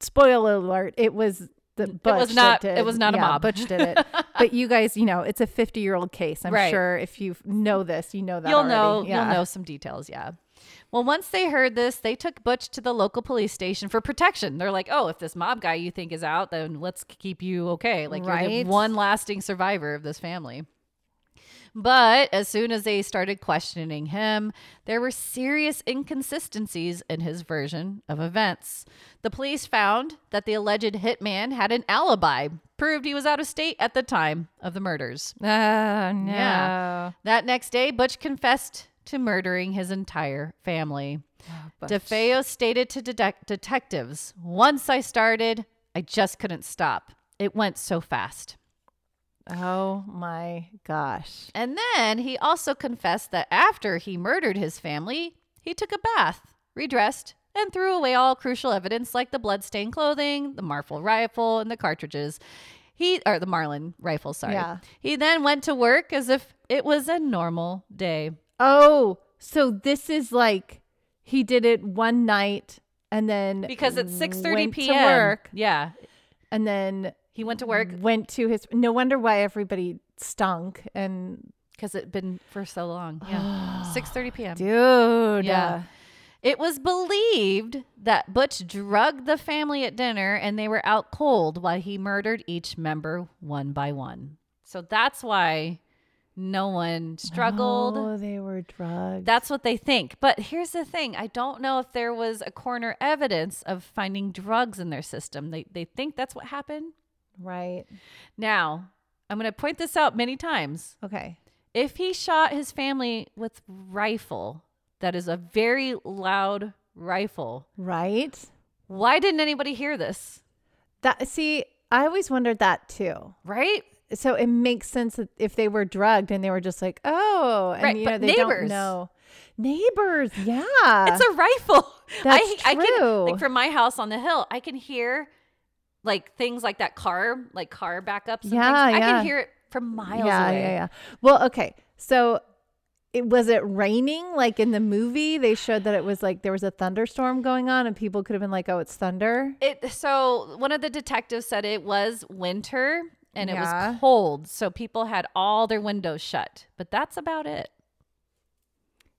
S1: Spoiler alert, it was the Butch
S2: was
S1: that
S2: not-
S1: did-
S2: it was not a
S1: yeah,
S2: mob.
S1: Butch did
S2: [laughs]
S1: it. but you guys, you know, it's a 50-year-old case. I'm
S2: Right.
S1: sure if you know this, you know that
S2: You'll
S1: already.
S2: know
S1: Yeah.
S2: you'll know some details, yeah. Well, once they heard this, they took Butch to the local police station for protection. They're like, "Oh, if this mob guy you think is out, then let's keep you okay. Like you're
S1: Right.
S2: the one lasting survivor of this family." But as soon as they started questioning him, there were serious inconsistencies in his version of events. The police found that the alleged hitman had an alibi, proved he was out of state at the time of the murders. [laughs] Ah,
S1: Oh, no.
S2: Yeah. That next day, Butch confessed to murdering his entire family.
S1: Butch.
S2: DeFeo stated to detec- detectives, Once I started, I just couldn't stop. It went so fast.
S1: Oh my gosh.
S2: And then he also confessed that after he murdered his family, he took a bath, redressed, and threw away all crucial evidence like the bloodstained clothing, the Marfil rifle, and the cartridges. He or the Marlin rifle, sorry.
S1: Yeah.
S2: He then went to work as if it was a normal day.
S1: Oh, so this is like he did it one night and then
S2: because it's six thirty
S1: went to
S2: p.m.
S1: work
S2: Yeah,
S1: and then
S2: he went to work
S1: went to his no wonder why everybody stunk and
S2: because it'd been for so long.
S1: [sighs]
S2: Yeah, six thirty p.m.
S1: dude
S2: Um, Yeah. It was believed that Butch drugged the family at dinner and they were out cold while he murdered each member one by one. So that's why no one struggled.
S1: oh they were drugged
S2: That's what they think. But here's the thing I don't know if there was a coroner evidence of finding drugs in their system. They, they think that's what happened.
S1: right
S2: Now, I'm going to point this out many times.
S1: okay
S2: If he shot his family with rifle, that is a very loud rifle.
S1: right
S2: Why didn't anybody hear this?
S1: that see i always wondered that too
S2: Right?
S1: so it makes sense that if they were drugged and they were just like oh and
S2: Right,
S1: you know
S2: but
S1: they don't
S2: neighbors.
S1: know neighbors yeah
S2: it's a rifle. [laughs]
S1: That's
S2: I, I
S1: true.
S2: can, like from my house on the hill, I can hear like things like that car, like car backups. And
S1: Yeah,
S2: things.
S1: yeah.
S2: I can hear it from miles
S1: yeah,
S2: away.
S1: Yeah, yeah, Well, okay. So it was it raining like in the movie they showed that it was like there was a thunderstorm going on and people could have been like, "Oh, it's thunder."
S2: It so one of the detectives said it was winter and it
S1: Yeah.
S2: was cold, so people had all their windows shut. But that's about it.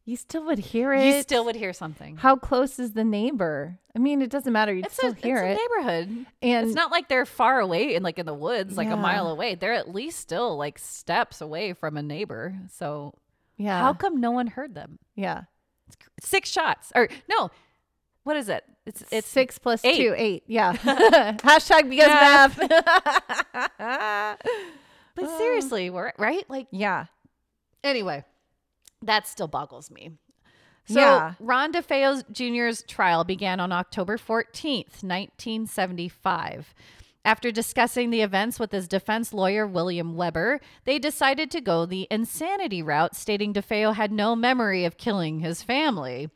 S1: You still would hear it.
S2: You still would hear something.
S1: How close is the neighbor? I mean, it doesn't matter. You'd
S2: It's a,
S1: still
S2: it's a
S1: hear it.
S2: neighborhood.
S1: And
S2: it's not like they're far away and like in the woods, like
S1: Yeah.
S2: a mile away. They're at least still like steps away from a neighbor. So
S1: yeah,
S2: how come no one heard them?
S1: yeah.
S2: Six shots or no? What is it? It's
S1: It's
S2: it's
S1: six plus
S2: eight.
S1: two, eight.
S2: [laughs]
S1: Yeah. Hashtag because
S2: Math.
S1: math.
S2: But
S1: uh,
S2: seriously, we're right? Like
S1: [laughs] yeah.
S2: anyway, that still boggles me. So
S1: Yeah.
S2: Ron DeFeo Jr.'s trial began on October 14th, 1975. After discussing the events with his defense lawyer, William Weber, they decided to go the insanity route, stating DeFeo had no memory of killing his family.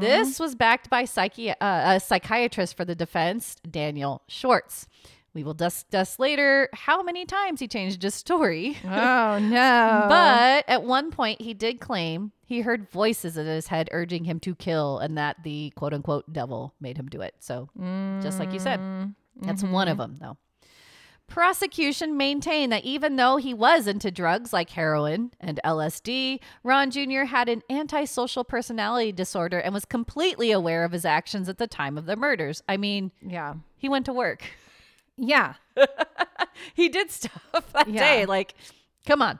S2: This was backed by psychi- uh, a psychiatrist for the defense, Daniel Schwartz. We will discuss later how many times he changed his story. [laughs]
S1: Oh no.
S2: But at one point, he did claim he heard voices in his head urging him to kill, and that the quote unquote devil made him do it. So, just like you said, that's one of them, though. Prosecution maintained that even though he was into drugs like heroin and LSD, Ron Jr. had an antisocial personality disorder and was completely aware of his actions at the time of the murders. I mean,
S1: yeah.
S2: he went to work,
S1: Yeah.
S2: he did stuff [laughs] that
S1: Yeah.
S2: day. Like, come on.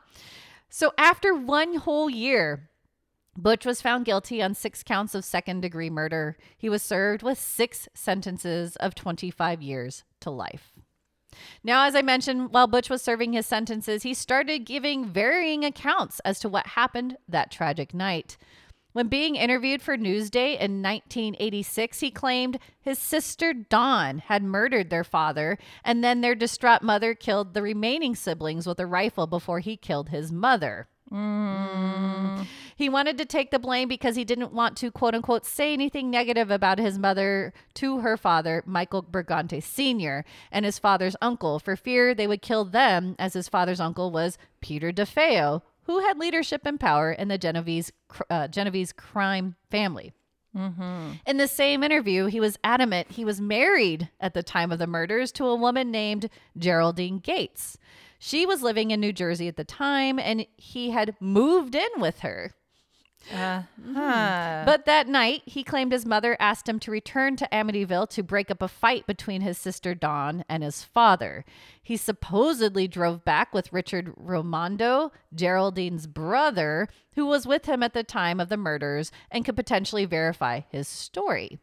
S2: So after one whole year, Butch was found guilty on six counts of second degree murder. He was served with six sentences of 25 years to life. Now, as I mentioned, while Butch was serving his sentences, he started giving varying accounts as to what happened that tragic night. When being interviewed for Newsday in 1986, he claimed his sister Dawn had murdered their father, and then their distraught mother killed the remaining siblings with a rifle before he killed his mother. He wanted to take the blame because he didn't want to, quote unquote, say anything negative about his mother to her father, Michael Bergante Sr., and his father's uncle, for fear they would kill them, as his father's uncle was Peter DeFeo, who had leadership and power in the Genovese, cr- uh, Genovese crime family. In the same interview, he was adamant he was married at the time of the murders to a woman named Geraldine Gates. She was living in New Jersey at the time, and he had moved in with her.
S1: Huh.
S2: But that night, he claimed his mother asked him to return to Amityville to break up a fight between his sister Dawn and his father. He supposedly drove back with Richard Romando, Geraldine's brother, who was with him at the time of the murders and could potentially verify his story.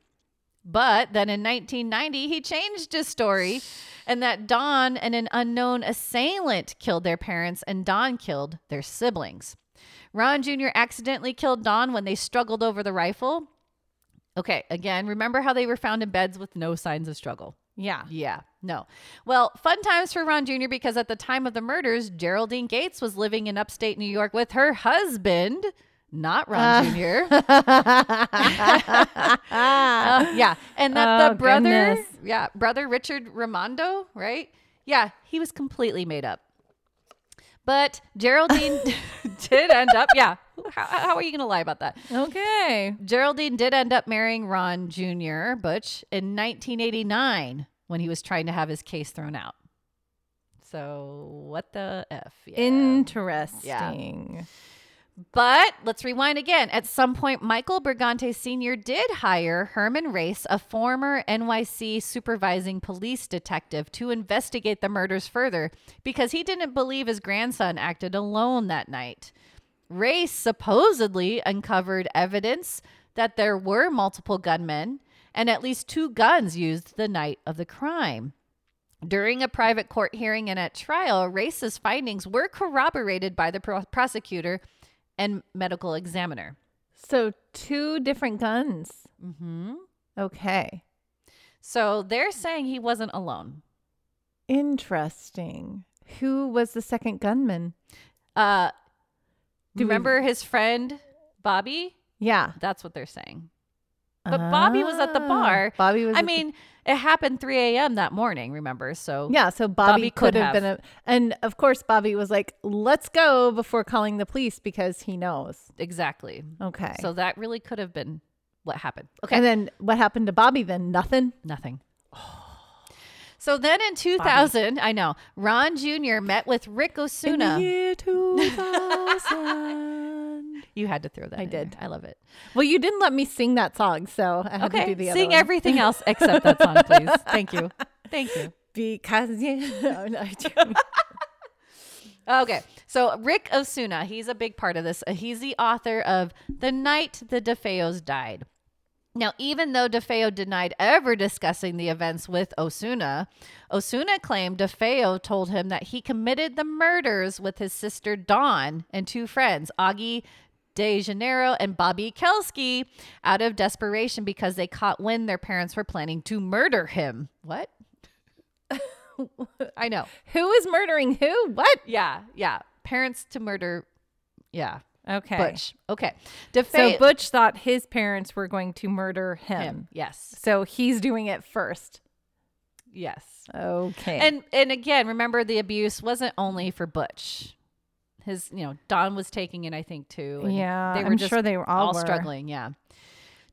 S2: But then in 1990, he changed his story and that Don and an unknown assailant killed their parents and Don killed their siblings. Ron Jr. accidentally killed Don when they struggled over the rifle. Okay, again, remember how they were found in beds with no signs of struggle.
S1: yeah.
S2: Yeah, no. Well, fun times for Ron Jr. because at the time of the murders, Geraldine Gates was living in upstate New York with her husband, not Ron Jr.
S1: [laughs]
S2: Uh, [laughs] yeah, and that
S1: Oh,
S2: the brother,
S1: goodness.
S2: yeah, brother Richard Ramondo, right? Yeah, he was completely made up. But Geraldine [laughs] did end up, yeah. How, how are you going to lie about that?
S1: [laughs] okay.
S2: Geraldine did end up marrying Ron Jr. Butch in 1989 when he was trying to have his case thrown out. So what the f? Yeah.
S1: Interesting.
S2: But let's rewind again. At some point, Michael Bergante Sr. did hire Herman Race, a former NYC supervising police detective, to investigate the murders further because he didn't believe his grandson acted alone that night. Race supposedly uncovered evidence that there were multiple gunmen and at least two guns used the night of the crime. During a private court hearing and at trial, Race's findings were corroborated by the pro- prosecutor and medical examiner.
S1: So two different guns.
S2: Mm-hmm.
S1: Okay.
S2: So they're saying he wasn't alone.
S1: Interesting. Who was the second gunman?
S2: Uh,
S1: Do we-
S2: do you remember his friend Bobby?
S1: Yeah.
S2: That's what they're saying. But Bobby was at the
S1: Ah.
S2: bar.
S1: Bobby was
S2: I
S1: at the-
S2: mean, it happened 3 a.m. that morning. Remember? So
S1: yeah, so Bobby,
S2: Bobby
S1: could,
S2: could
S1: have, been a and of course Bobby was like, "Let's go" before calling the police because he knows.
S2: exactly.
S1: Okay.
S2: So that really could have been what happened.
S1: [sighs]
S2: Okay.
S1: And then what happened to Bobby then? Nothing.
S2: Nothing. So then in 2000, I know, Ron Jr. met with Rick
S1: In the [laughs]
S2: Osuna.
S1: year 2000.
S2: You had to throw that.
S1: I
S2: in there.
S1: did.
S2: I love it.
S1: well, you didn't let me sing that song, so I had to
S2: Okay.
S1: do the
S2: Sing
S1: other one.
S2: everything else except that
S1: [laughs]
S2: song, please. Thank you. Thank you.
S1: because [laughs] you. Oh, no, I do.
S2: Oh, Okay. So Rick Osuna, he's a big part of this. Uh, He's the author of The Night the DeFeos Died. Now, even though DeFeo denied ever discussing the events with Osuna, Osuna claimed DeFeo told him that he committed the murders with his sister Dawn and two friends, Augie De Janeiro and Bobby Kelsky, out of desperation because they caught wind their parents were planning to murder him. What? [laughs] I know.
S1: who is murdering who? What?
S2: Yeah, yeah. Parents to murder. Yeah.
S1: Okay.
S2: Butch. Okay.
S1: So
S2: Defay
S1: Butch thought his parents were going to murder him.
S2: him. Yes.
S1: So he's doing it first.
S2: Yes.
S1: Okay.
S2: And and again, remember the abuse wasn't only for Butch. His, you know, Don was taking it, I think, too. and
S1: Yeah, I'm sure they were- all were.
S2: struggling. Yeah.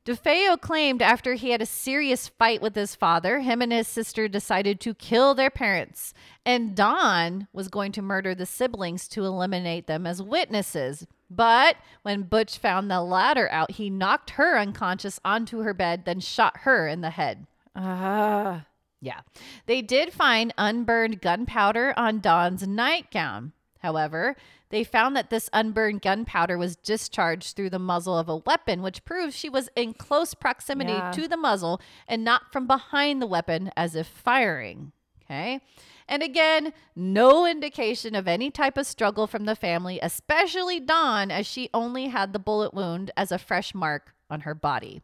S2: DeFeo claimed after he had a serious fight with his father, him and his sister decided to kill their parents, and Don was going to murder the siblings to eliminate them as witnesses. But when Butch found the latter out, he knocked her unconscious onto her bed, then shot her in the head.
S1: Ah.
S2: Yeah. They did find unburned gunpowder on Don's nightgown. However, they found that this unburned gunpowder was discharged through the muzzle of a weapon, which proves she was in close proximity
S1: Yeah.
S2: to the muzzle and not from behind the weapon as if firing. Okay. And again, no indication of any type of struggle from the family, especially Dawn, as she only had the bullet wound as a fresh mark on her body.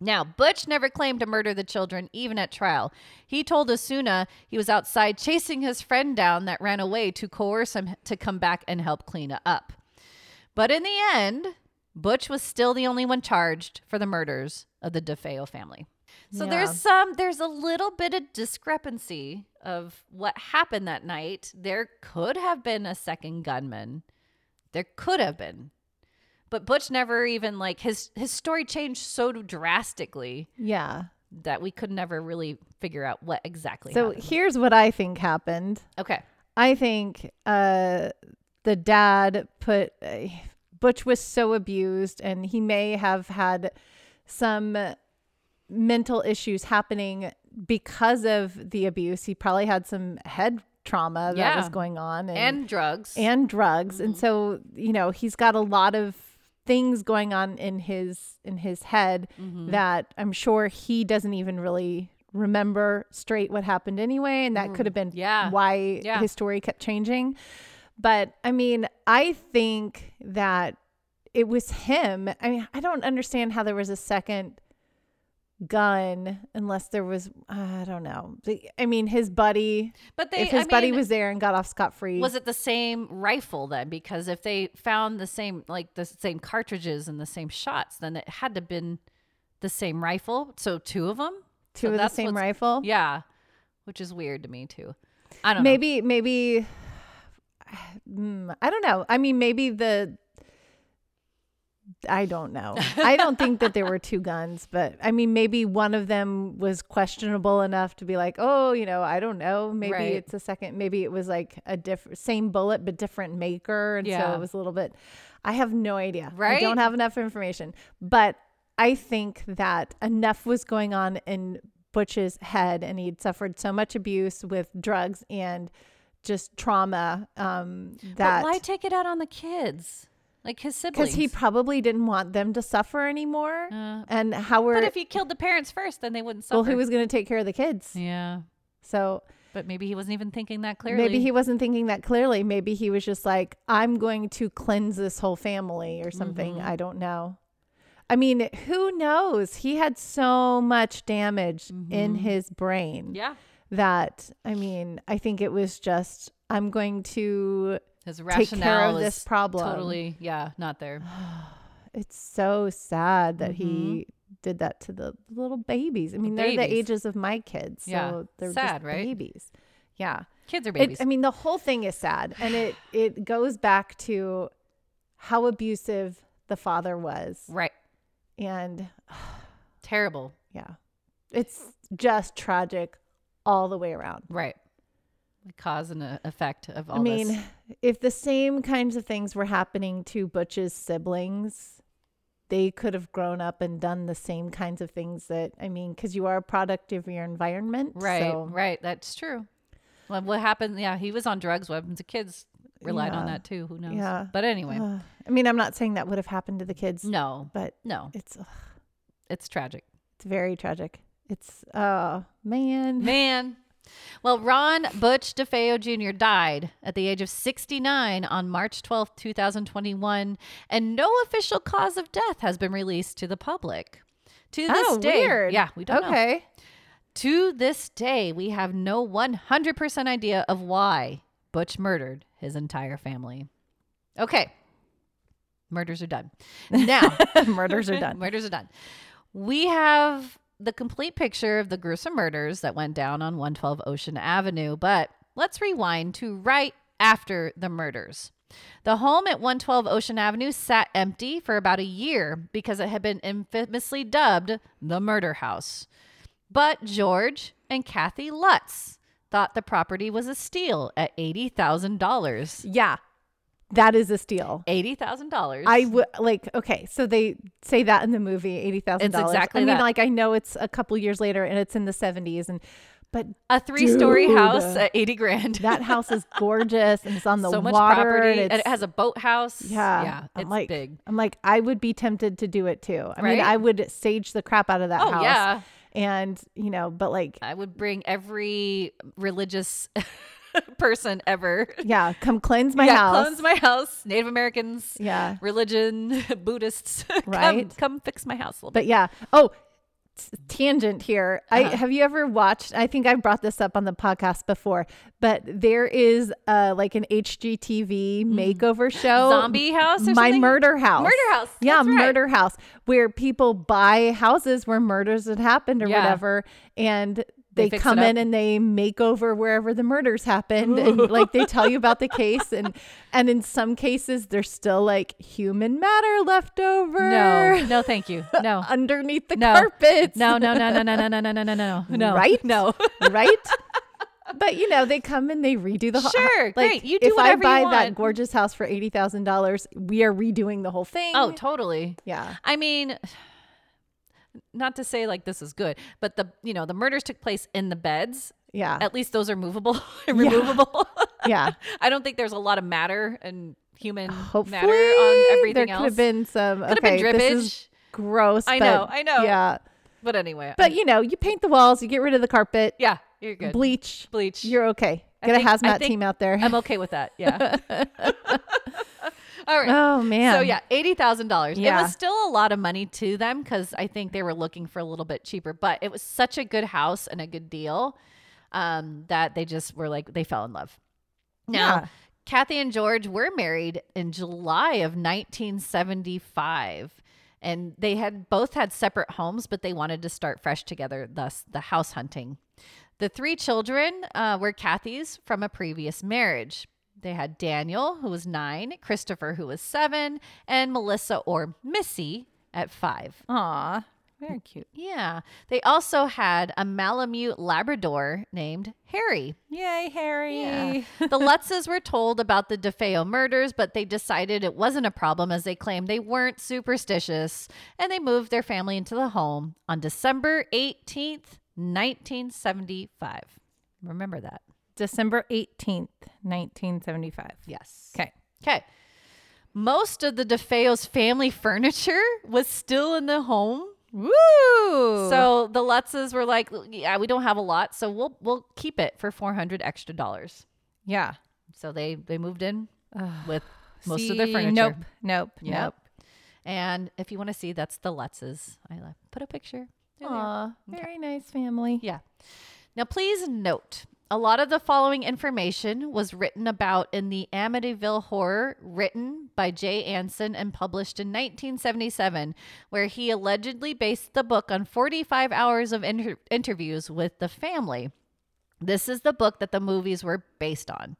S2: Now, Butch never claimed to murder the children, even at trial. He told Asuna he was outside chasing his friend down that ran away to coerce him to come back and help clean up. But in the end, Butch was still the only one charged for the murders of the DeFeo family. So
S1: Yeah.
S2: there's some, there's a little bit of discrepancy of what happened that night. There could have been a second gunman. There could have been. But Butch never even like his his story changed so drastically
S1: Yeah.
S2: that we could never really figure out what exactly
S1: So
S2: happened.
S1: here's what I think happened.
S2: Okay.
S1: I think uh, the dad put uh, Butch was so abused, and he may have had some mental issues happening because of the abuse. He probably had some head trauma that
S2: Yeah.
S1: was going on,
S2: And, drugs.
S1: and drugs
S2: Mm-hmm.
S1: and so you know he's got a lot of things going on in his in his head
S2: Mm-hmm.
S1: that i'm sure he doesn't even really remember straight what happened anyway and that could have been
S2: Mm. Yeah.
S1: why
S2: Yeah.
S1: his story kept changing but i mean i think that it was him i mean i don't understand how there was a second gun unless there was i don't know i mean his buddy
S2: but they
S1: if his
S2: I
S1: buddy
S2: mean,
S1: was there and got off scot-free
S2: was it the same rifle then? Because if they found the same like the same cartridges and the same shots, then it had to have been the same rifle. So two of them?
S1: two
S2: So
S1: of the
S2: that's
S1: same
S2: what's-
S1: rifle
S2: Yeah. Which is weird to me too. I don't know.
S1: maybe maybe Mm, i don't know i mean maybe the i don't know i don't think that
S2: [laughs]
S1: there were two guns but i mean maybe one of them was questionable enough to be like oh you know i don't know maybe
S2: Right.
S1: it's a second maybe it was like a different same bullet but different maker and so
S2: Yeah.
S1: it was a little bit i have no idea i
S2: Right?
S1: don't have enough information but i think that enough was going on in butch's head and he'd suffered so much abuse with drugs and just trauma um
S2: But why
S1: that
S2: take it out on the kids? Like his siblings.
S1: because he probably didn't want them to suffer anymore
S2: Uh,
S1: and howard
S2: But if he killed the parents first, then they wouldn't suffer.
S1: well who was going to take care of the kids
S2: Yeah.
S1: so
S2: But maybe he wasn't even thinking that clearly.
S1: maybe he wasn't thinking that clearly maybe he was just like i'm going to cleanse this whole family
S2: Mm-hmm.
S1: or something i don't know i mean who knows he had so much damage
S2: Mm-hmm.
S1: in his brain
S2: Yeah.
S1: that i mean i think it was just i'm going to
S2: His
S1: take care
S2: rationale
S1: of this
S2: is
S1: problem
S2: totally, yeah, not
S1: [sighs]
S2: there.
S1: It's so sad that he did that to the little babies. I mean, they're the
S2: Mm-hmm. babies.
S1: ages of my kids, so
S2: Yeah.
S1: they're
S2: Sad,
S1: just
S2: right?
S1: babies. Yeah,
S2: Kids are
S1: It-
S2: babies.
S1: I mean, the whole thing is sad, and
S2: [sighs]
S1: it it goes back to how abusive the father was,
S2: right.
S1: and
S2: Terrible.
S1: yeah, it's just tragic all the way around.
S2: Right. The cause and uh, effect of all
S1: I mean,
S2: this.
S1: if the same kinds of things were happening to Butch's siblings, they could have grown up and done the same kinds of things that, I mean, because you are a product of your environment.
S2: Right.
S1: so-
S2: Right. That's true. Well, what happened? Yeah, he was on drugs. What happened to kids? Relied on
S1: Yeah.
S2: that too. Who knows?
S1: Yeah. Uh-huh.
S2: But anyway,
S1: Ugh. [sighs] I mean, I'm not saying that would have happened to the kids,
S2: no,
S1: but
S2: no,
S1: it's ugh,
S2: it's tragic.
S1: it's very tragic. It's oh man.
S2: Man. Well, Ron Butch DeFeo Jr. died at the age of 69 on March 12th, 2021, and no official cause of death has been released to the public. To this
S1: Oh,
S2: day,
S1: weird.
S2: yeah, we don't know. [laughs]
S1: okay.
S2: To this day, we have no 100% idea of why Butch murdered his entire family. Okay. Murders
S1: [laughs]
S2: are done. Now,
S1: Murders are
S2: [laughs]
S1: done.
S2: Murders are done. We have the complete picture of the gruesome murders that went down on 112 Ocean Avenue, but let's rewind to right after the murders. The home at 112 Ocean Avenue sat empty for about a year because it had been infamously dubbed the murder house. But George and Kathy Lutz thought the property was a steal at $80,000.
S1: Yeah. That is a steal.
S2: $80,000.
S1: I would like okay, so they say that in the movie, eighty thousand dollars.
S2: exactly
S1: I mean,
S2: that.
S1: like I know it's a couple years later and it's in the seventies and but
S2: a three-story
S1: Dude.
S2: house at 80 grand.
S1: that house
S2: [laughs]
S1: is gorgeous and it's on the
S2: so much
S1: water
S2: property.
S1: and
S2: And it
S1: it's-
S2: has a boathouse.
S1: yeah,
S2: yeah,
S1: I'm
S2: it's
S1: like,
S2: big.
S1: I'm like, I would be tempted to do it too. I
S2: Right?
S1: mean, I would sage the crap out of that
S2: Oh
S1: house.
S2: yeah,
S1: And you know, but
S2: [laughs]
S1: like,
S2: I would bring every religious [laughs] person ever.
S1: yeah, come cleanse my
S2: yeah,
S1: house.
S2: clones my house. Native Americans,
S1: yeah.
S2: religion, [laughs] Buddhists. come,
S1: Right.
S2: come fix my house a little bit.
S1: But yeah. Oh, t- tangent here.
S2: Uh-huh.
S1: I have you ever watched? I think I brought this up on the podcast before, but there is uh like an HGTV makeover show.
S2: Mm. Zombie house or
S1: oh, My
S2: something?
S1: murder house.
S2: Murder house,
S1: Yeah,
S2: that's right.
S1: murder house, where people buy houses where murders had happened or
S2: Yeah.
S1: whatever, and.
S2: They
S1: They,
S2: fix it
S1: come in
S2: up.
S1: and they make over wherever the murders happened, and like they tell you
S2: [laughs]
S1: about the case, and and in some cases there's still like human matter left over
S2: No, no, thank
S1: [laughs]
S2: you. No,
S1: underneath the
S2: No.
S1: carpets.
S2: [laughs] no, no, no, no, no, no, no, no, no, no, no, no.
S1: Right? [laughs]
S2: No. [laughs]
S1: right? But you know, they come and they redo the whole
S2: Sure,
S1: like,
S2: great. You do
S1: if I
S2: whatever you
S1: buy
S2: want.
S1: that gorgeous house for eighty thousand dollars, we are redoing the whole thing.
S2: Oh, totally.
S1: yeah.
S2: I mean, [sighs] not to say like this is good, but the you know the murders took place in the beds.
S1: Yeah.
S2: At least those are movable [laughs] and removable. [laughs]
S1: yeah.
S2: I don't think there's a lot of matter and human
S1: Hopefully
S2: matter on everything
S1: there could
S2: else.
S1: have been some
S2: Could have
S1: okay,
S2: been
S1: This is
S2: drippage,
S1: gross.
S2: I
S1: but-
S2: know, I know.
S1: Yeah.
S2: but anyway.
S1: But you know, you paint the walls, you get rid of the carpet,
S2: yeah, you're good.
S1: bleach,
S2: Bleach.
S1: you're okay.
S2: I
S1: Get
S2: think-
S1: a
S2: I
S1: hazmat
S2: think
S1: team out [laughs] there.
S2: I'm okay with that.
S1: [laughs]
S2: Yeah. All right.
S1: oh man.
S2: So yeah, eighty thousand dollars. It
S1: Yeah.
S2: was still a lot of money to them because I think they were looking for a little bit cheaper. But it was such a good house and a good deal um, that they just were like they fell in love. Now,
S1: Yeah.
S2: Kathy and George were married in July of 1975, and they had both had separate homes, but they wanted to start fresh together. Thus, the house hunting. The three children uh, were Kathy's from a previous marriage. They had Daniel, who was nine, Christopher, who was seven, and Melissa or Missy at five.
S1: Oh. Aw. Very cute.
S2: Yeah. They also had a Malamute Labrador named Harry.
S1: Yay, Harry.
S2: Yeah. the Lutzes were told about the DeFeo murders, but they decided it wasn't a problem as they claimed they weren't superstitious and they moved their family into the home on December 18th, 1975. Remember that.
S1: December eighteenth, nineteen seventy five.
S2: Yes.
S1: Okay.
S2: Okay. Most of the DeFeo's family [laughs] furniture was still in the home.
S1: Woo!
S2: So the Lutzes were like, yeah, we don't have a lot, so we'll we'll keep it for 400 extra dollars.
S1: yeah,
S2: So they they moved in with most of
S1: See,
S2: their furniture.
S1: Nope, nope,
S2: Yep.
S1: nope.
S2: And if you want to see, that's the Lutzes. I uh, put a picture. They're there.
S1: Aw, very nice family.
S2: Yeah. Now, please note a lot of the following information was written about in the Amityville Horror, written by Jay Anson and published in 1977, where he allegedly based the book on 45 hours of inter- interviews with the family. This is the book that the movies were based on.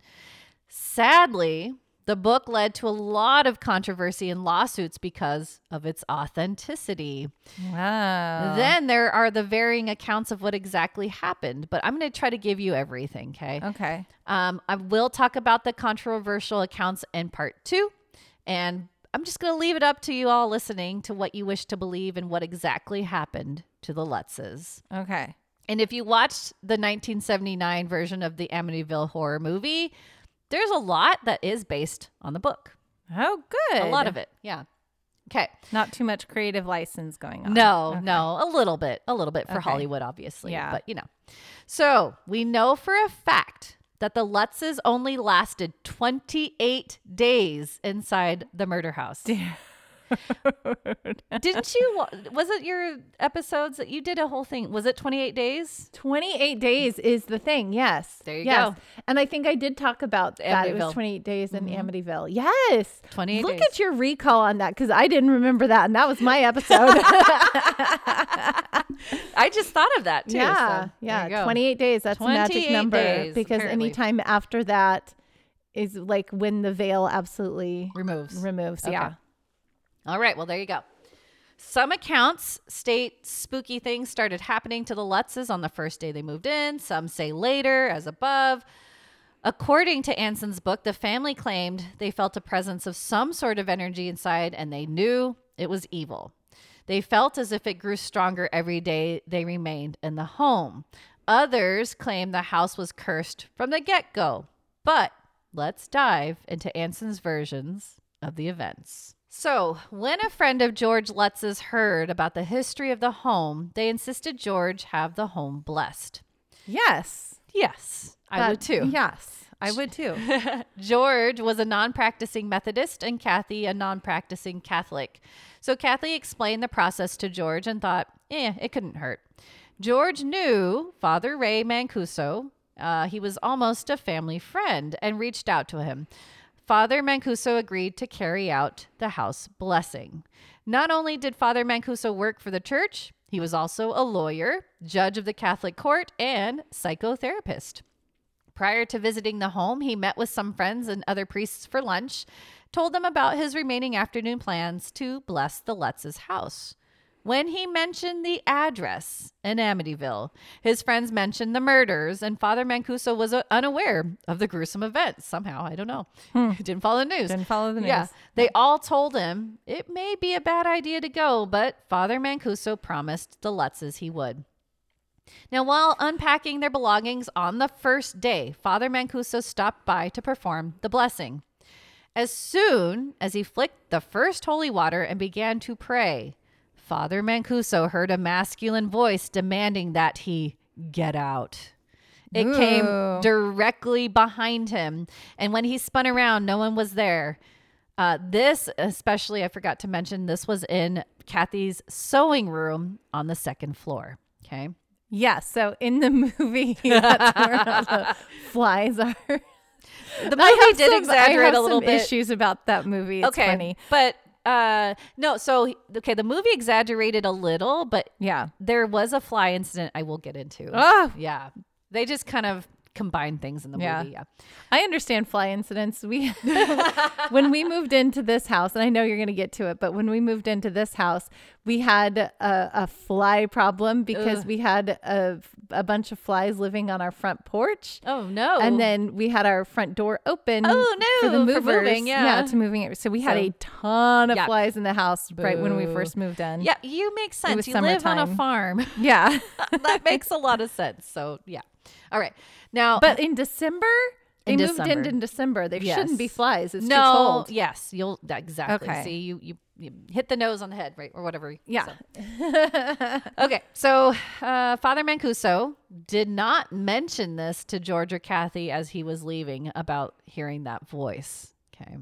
S2: Sadly, The book led to a lot of controversy and lawsuits because of its authenticity.
S3: Wow.
S2: Then there are the varying accounts of what exactly happened, but I'm going to try to give you everything, okay?
S3: okay.
S2: Um, I will talk about the controversial accounts in part two, and I'm just going to leave it up to you all listening to what you wish to believe and what exactly happened to the Lutzes.
S3: Okay.
S2: And if you watched the 1979 version of the Amityville horror movie, there's a lot that is based on the book.
S3: Oh, good.
S2: A lot of it. Yeah. Okay.
S3: Not too much creative license going on.
S2: No, no, a little bit, a little bit for
S3: Okay.
S2: Hollywood, obviously.
S3: Yeah.
S2: But you know. So we know for a fact that the Lutzes only lasted 28 days inside the murder house. Didn't you? wa- Was it your episodes that you did a whole thing? Was it 28 days?
S1: 28 days is the thing. Yes.
S2: There you
S1: yes.
S2: go.
S1: And I think I did talk about that. It
S2: Amityville.
S1: was 28 days in Amityville. Yes.
S2: 28
S1: Look
S2: days.
S1: at your recall on that because I didn't remember that. And that was my
S2: [laughs]
S1: episode.
S2: I just thought of that too.
S1: yeah.
S2: so there you
S1: yeah.
S2: go.
S1: 28 days. That's a
S2: 28
S1: magic number
S2: days,
S1: because
S2: apparently.
S1: anytime after that is like when the veil absolutely
S2: removes.
S1: removes.
S2: Okay.
S1: Yeah.
S2: All right. Well, there you go. Some accounts state spooky things started happening to the Lutzes on the first day they moved in. Some say later, as above. According to Anson's book, the family claimed they felt a presence of some sort of energy inside and they knew it was evil. They felt as if it grew stronger every day they remained in the home. Others claim the house was cursed from the get go. But let's dive into Anson's versions of the events. So, when a friend of George Lutz's heard about the history of the home, they insisted George have the home blessed.
S1: Yes.
S2: Yes, I would
S1: That-
S2: too.
S1: Yes.
S3: I would too.
S2: George was a non practicing Methodist and Kathy a non practicing Catholic. So Kathy explained the process to George and thought, eh, it couldn't hurt. George knew Father Ray Mancuso. Uh, he was almost a family friend and reached out to him. Father Mancuso agreed to carry out the house blessing. Not only did Father Mancuso work for the church, he was also a lawyer, judge of the Catholic court, and psychotherapist. Prior to visiting the home, he met with some friends and other priests for lunch, told them about his remaining afternoon plans to bless the Lutz's house. When he mentioned the address in Amityville, his friends mentioned the murders, and Father Mancuso was uh, unaware of the gruesome events somehow. I don't know. [laughs] Didn't follow the news.
S3: Hmm. Didn't follow the news.
S2: Yeah. They all told him it may be a bad idea to go, but Father Mancuso promised the Lutzes he would. Now, while unpacking their belongings on the first day, Father Mancuso stopped by to perform the blessing. As soon as he flicked the first holy water and began to pray, Father Mancuso heard a masculine voice demanding that he get out. It came
S3: Ooh.
S2: directly behind him, and when he spun around, no one was there. Uh, this, especially, I forgot to mention, this was in Kathy's sewing room on the second floor. Okay.
S1: Yes. So in the [laughs] movie, that's where all the flies are.
S2: The
S1: I
S2: movie
S1: have
S2: did
S1: some- I
S2: exaggerate
S1: have
S2: a little
S1: some
S2: bit.
S1: Issues about that movie. It's
S2: okay,
S1: funny.
S2: but uh, no. So he- okay, the movie exaggerated a little, but
S3: [laughs] yeah. [laughs]
S2: there was a fly incident. I will get into.
S3: Oh,
S2: Yeah, they just kind of combined things in the
S3: Yeah.
S2: movie. Yeah.
S1: I understand fly incidents. We [laughs] when we moved into this house, and I know you're going to get to it, but when we moved into this house, we had a, a fly problem because we had a, a bunch of flies living on our front porch.
S2: Oh no.
S1: And then we had our front door open.
S2: Oh,
S1: For the
S2: no, for
S1: movers,
S2: moving, yeah.
S1: to moving it. So we had
S2: So-
S1: a ton of
S2: Yuck.
S1: flies in the house right when we
S2: Boo.
S1: first moved in.
S2: yeah, you make sense.
S1: was
S2: You live on a
S1: summertime.
S2: [laughs] farm.
S1: yeah. [laughs]
S2: that makes a lot of sense. So yeah. All right. Now,
S1: But in December, they
S2: In
S1: moved
S2: December.
S1: in in December. There shouldn't be
S2: Yes.
S1: flies. It's too
S2: no.
S1: cold.
S2: Yes, you'll that- exactly
S3: Okay.
S2: see you, you you hit the nose on the head, right, or whatever.
S1: Yeah.
S2: So. Okay, so uh, Father Mancuso did not mention this to George or Kathy as he was leaving about hearing that voice. Okay.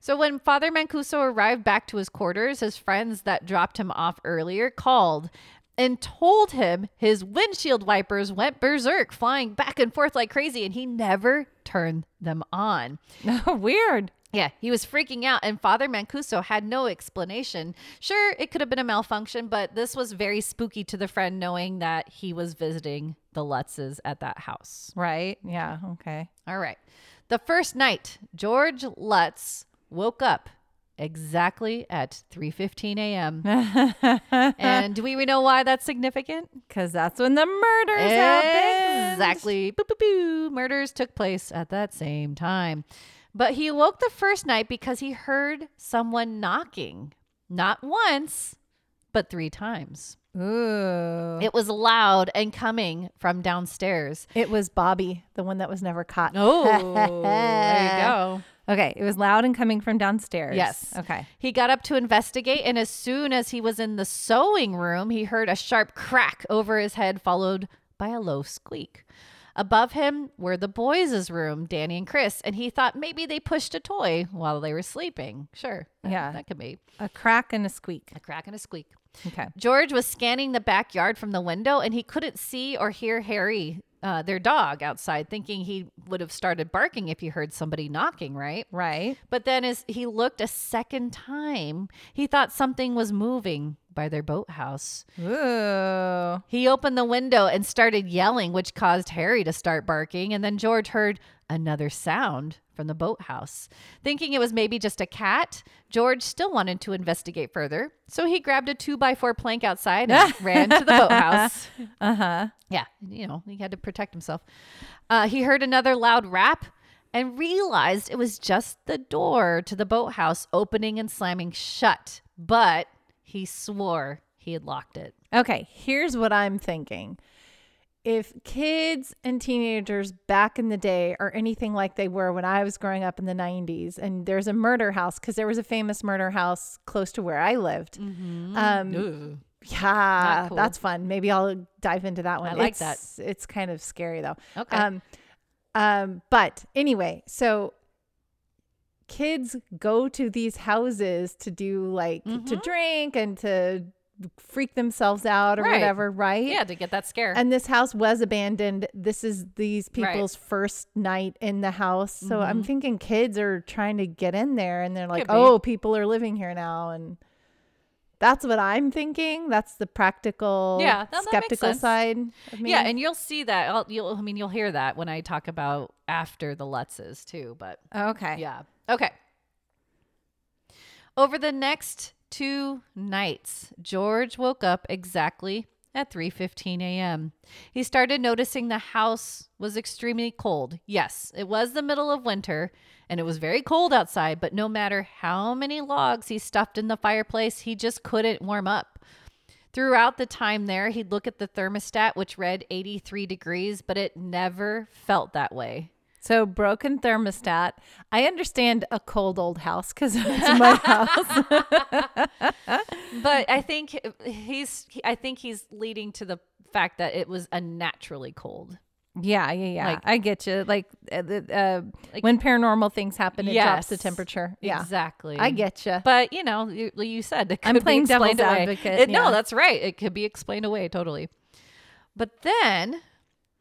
S2: So when Father Mancuso arrived back to his quarters, his friends that dropped him off earlier called and told him his windshield wipers went berserk, flying back and forth like crazy, and he never turned them on.
S3: weird.
S2: Yeah, he was freaking out, and Father Mancuso had no explanation. Sure, it could have been a malfunction, but this was very spooky to the friend knowing that he was visiting the Lutzes at that house.
S3: Right. Yeah. Okay.
S2: All right. The first night, George Lutz woke up exactly at 3:15 a.m. and do we know why that's significant?
S3: Because that's when the murders happened.
S2: Exactly. Boop, boop, boop. Murders took place at that same time. But he awoke the first night because he heard someone knocking. Not once, but three times.
S3: Ooh.
S2: It was loud and coming from downstairs.
S1: It was Bobby, the one that was never caught.
S2: Oh, there you [laughs] go.
S3: Okay. It was loud and coming from downstairs.
S2: Yes.
S3: Okay.
S2: He got up to investigate, and as soon as he was in the sewing room, he heard a sharp crack over his head, followed by a low squeak. Above him were the boys' room, Danny and Chris, and he thought maybe they pushed a toy while they were sleeping. Sure. that-
S3: Yeah.
S2: That could be
S3: A crack and a squeak.
S2: a crack and a squeak.
S3: Okay.
S2: George was scanning the backyard from the window and he couldn't see or hear Harry, uh, their dog, outside, thinking he would have started barking if he heard somebody knocking, right?
S3: Right.
S2: But then as he looked a second time, he thought something was moving by their boathouse.
S3: Ooh.
S2: He opened the window and started yelling, which caused Harry to start barking. And then George heard another sound from the boathouse. Thinking it was maybe just a cat, George still wanted to investigate further. So he grabbed a two by four plank outside and ran to the boathouse.
S3: Uh huh.
S2: Yeah, you know, he had to protect himself. Uh, he heard another loud rap and realized it was just the door to the boathouse opening and slamming shut, but he swore he had locked it.
S1: Okay, here's what I'm thinking. If kids and teenagers back in the day are anything like they were when I was growing up in the 90s, and there's a murder house, because there was a famous murder house close to where I lived. Um, yeah,
S2: Mm-hmm. Not cool.
S1: that's fun. Maybe I'll dive into that one.
S2: I like that.
S1: It's- It's kind of scary though.
S2: Okay.
S1: Um, um, but anyway, so kids go to these houses to do like
S2: Mm-hmm.
S1: to drink and to freak themselves out or
S2: Right.
S1: whatever, right?
S2: yeah, to get that scare.
S1: And this house was abandoned. This is these
S2: Right. Mm-hmm.
S1: people's first night in the house. So I'm thinking kids are trying to get in there and they're like,
S2: Could be.
S1: oh, people are living here now. And that's what "Oh, I'm thinking. That's the practical,
S2: Yeah, that- that makes
S1: skeptical
S2: sense.
S1: side of me.
S2: yeah, and you'll see that. I'll, you'll, I mean, you'll hear that when I talk about after the Lutzes too. But
S3: Okay.
S2: Yeah. Okay. Over the next two nights, George woke up exactly at 3:15 a.m. He started noticing the house was extremely cold. Yes, it was the middle of winter and it was very cold outside, but no matter how many logs he stuffed in the fireplace, he just couldn't warm up. Throughout the time there, he'd look at the thermostat which read 83 degrees, but it never felt that way.
S3: So broken thermostat. I understand a cold old
S1: [laughs]
S3: house because it's my
S2: [laughs]
S3: house.
S2: but I think uh, he's he- I think he's leading to the fact that it was unnaturally cold.
S3: Yeah, yeah, yeah.
S2: Like-
S3: I get you. Like, uh, the- uh,
S2: Like-
S3: when paranormal things happen, it drops the
S2: Yes.
S3: temperature. Yeah,
S2: Exactly.
S1: I get you.
S2: But you know, you, you said it could
S3: I'm playing
S2: be explained
S3: devil's
S2: away.
S3: advocate,
S2: It-
S3: yeah.
S2: No, that's right. It could be explained away totally. But then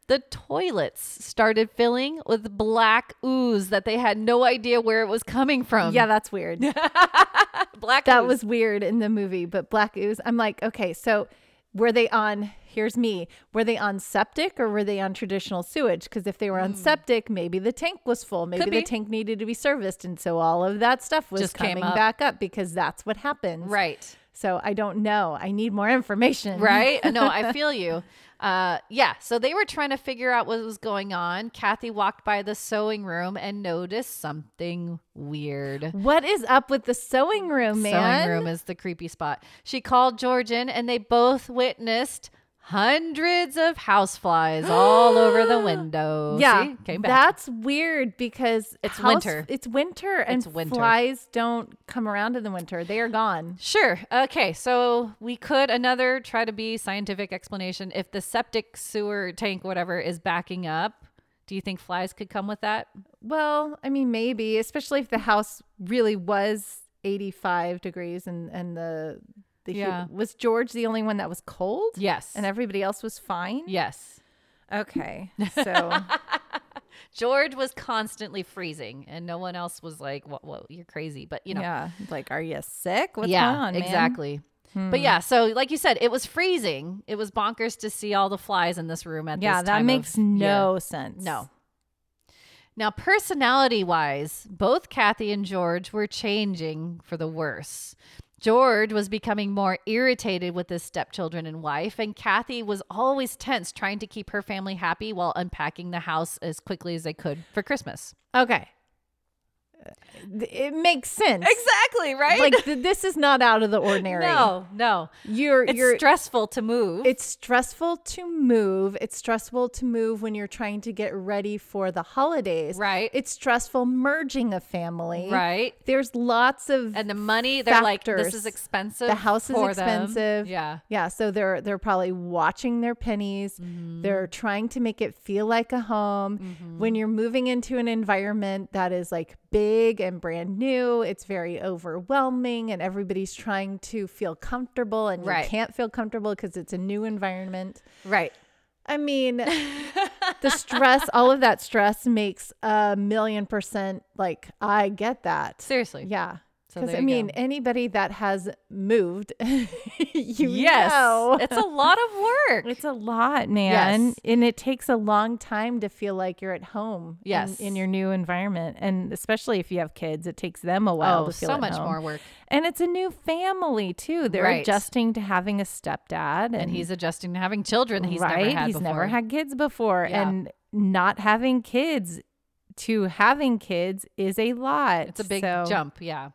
S2: the toilets started filling with black ooze that they had no idea where it was coming from.
S1: yeah, that's weird.
S2: black.
S1: that
S2: ooze.
S1: was weird in the movie, but black ooze. I'm like, okay, so were they on? Here's me. Were they on septic or were they on traditional sewage? Because if they were on septic, maybe the tank was full. Maybe
S2: Mm. Could
S1: the
S2: be.
S1: tank needed to be serviced, and so all of that stuff was
S2: Just came
S1: coming
S2: up.
S1: back up because that's what happens.
S2: right.
S1: So I don't know. I need more information. [laughs]
S2: Right? No, I feel you. Uh, yeah. So they were trying to figure out what was going on. Kathy walked by the sewing room and noticed something weird.
S1: What is up with the sewing room, man?
S2: Sewing room is the creepy spot. She called George in, and they both witnessed hundreds of houseflies all
S1: [gasps]
S2: over the window.
S1: Yeah,
S2: See? came back.
S1: That's weird because
S2: It's
S1: house-
S2: winter.
S1: It's winter, and
S2: It's winter.
S1: flies don't come around in the winter. They are gone.
S2: Sure. Okay. So we could another try to be scientific explanation. If the septic sewer tank, whatever, is backing up, do you think flies could come with that?
S1: Well, I mean, maybe, especially if the house really was 85 degrees and and the the hu-
S2: Yeah.
S1: was George the only one that was cold?
S2: Yes.
S1: And everybody else was fine.
S2: Yes.
S1: [laughs] Okay, so
S2: George was constantly freezing, and no one else was like, "What? Whoa, you're crazy!" But you know,
S3: yeah. Like, are you sick? What's
S2: Yeah,
S3: going on? man?
S2: exactly. But yeah, so like you said, it was freezing. It was bonkers to see all the flies in this room at
S3: Yeah,
S2: this
S3: that
S2: time
S3: makes
S2: of year.
S3: no sense.
S2: no. Now, personality wise, both Kathy and George were changing for the worse. George was becoming more irritated with his stepchildren and wife, and Kathy was always tense trying to keep her family happy while unpacking the house as quickly as they could for Christmas.
S3: Okay.
S1: Uh,
S3: It makes sense.
S2: Exactly, right?
S3: Like th- this is not out of the ordinary.
S2: no, no.
S3: You're
S2: It's
S3: you're
S2: stressful to move.
S1: It's stressful to move. It's stressful to move when you're trying to get ready for the holidays.
S2: Right.
S1: It's stressful merging a family.
S2: right.
S1: There's lots of
S2: And the money, they're like, this is
S1: factors.
S2: expensive.
S1: The house is
S2: for them."
S1: expensive.
S2: Yeah.
S1: Yeah, so they're they're probably watching their pennies.
S2: Mm-hmm.
S1: They're trying to make it feel like a home. When you're moving into an environment that is like big and brand new, it's very overwhelming and everybody's trying to feel comfortable and
S2: Right.
S1: you can't feel comfortable because it's a new environment.
S2: Right.
S1: I
S2: [laughs]
S1: mean, [laughs] the stress, all of that stress makes a million percent like I get that.
S2: Seriously.
S1: Yeah.
S2: So
S1: Because
S2: there
S1: I
S2: you go.
S1: mean, anybody that has moved, [laughs] you
S2: yes.
S1: know,
S2: It's a lot of work.
S3: It's a lot, man.
S1: Yes.
S3: And it takes a long time to feel like you're at home in-
S2: Yes.
S3: in, your new environment. And especially if you have kids, it takes them a while
S2: oh,
S3: to feel
S2: so
S3: at
S2: much
S3: home.
S2: more work.
S3: And it's a new family too. They're
S2: Right.
S3: adjusting to having a stepdad and,
S2: And he's adjusting to having children that he's
S3: right.
S2: never had
S3: he's
S2: before.
S3: never had kids before.
S2: Yeah.
S3: And not having kids to having kids is a lot.
S2: It's a big
S3: So-
S2: jump. Yeah.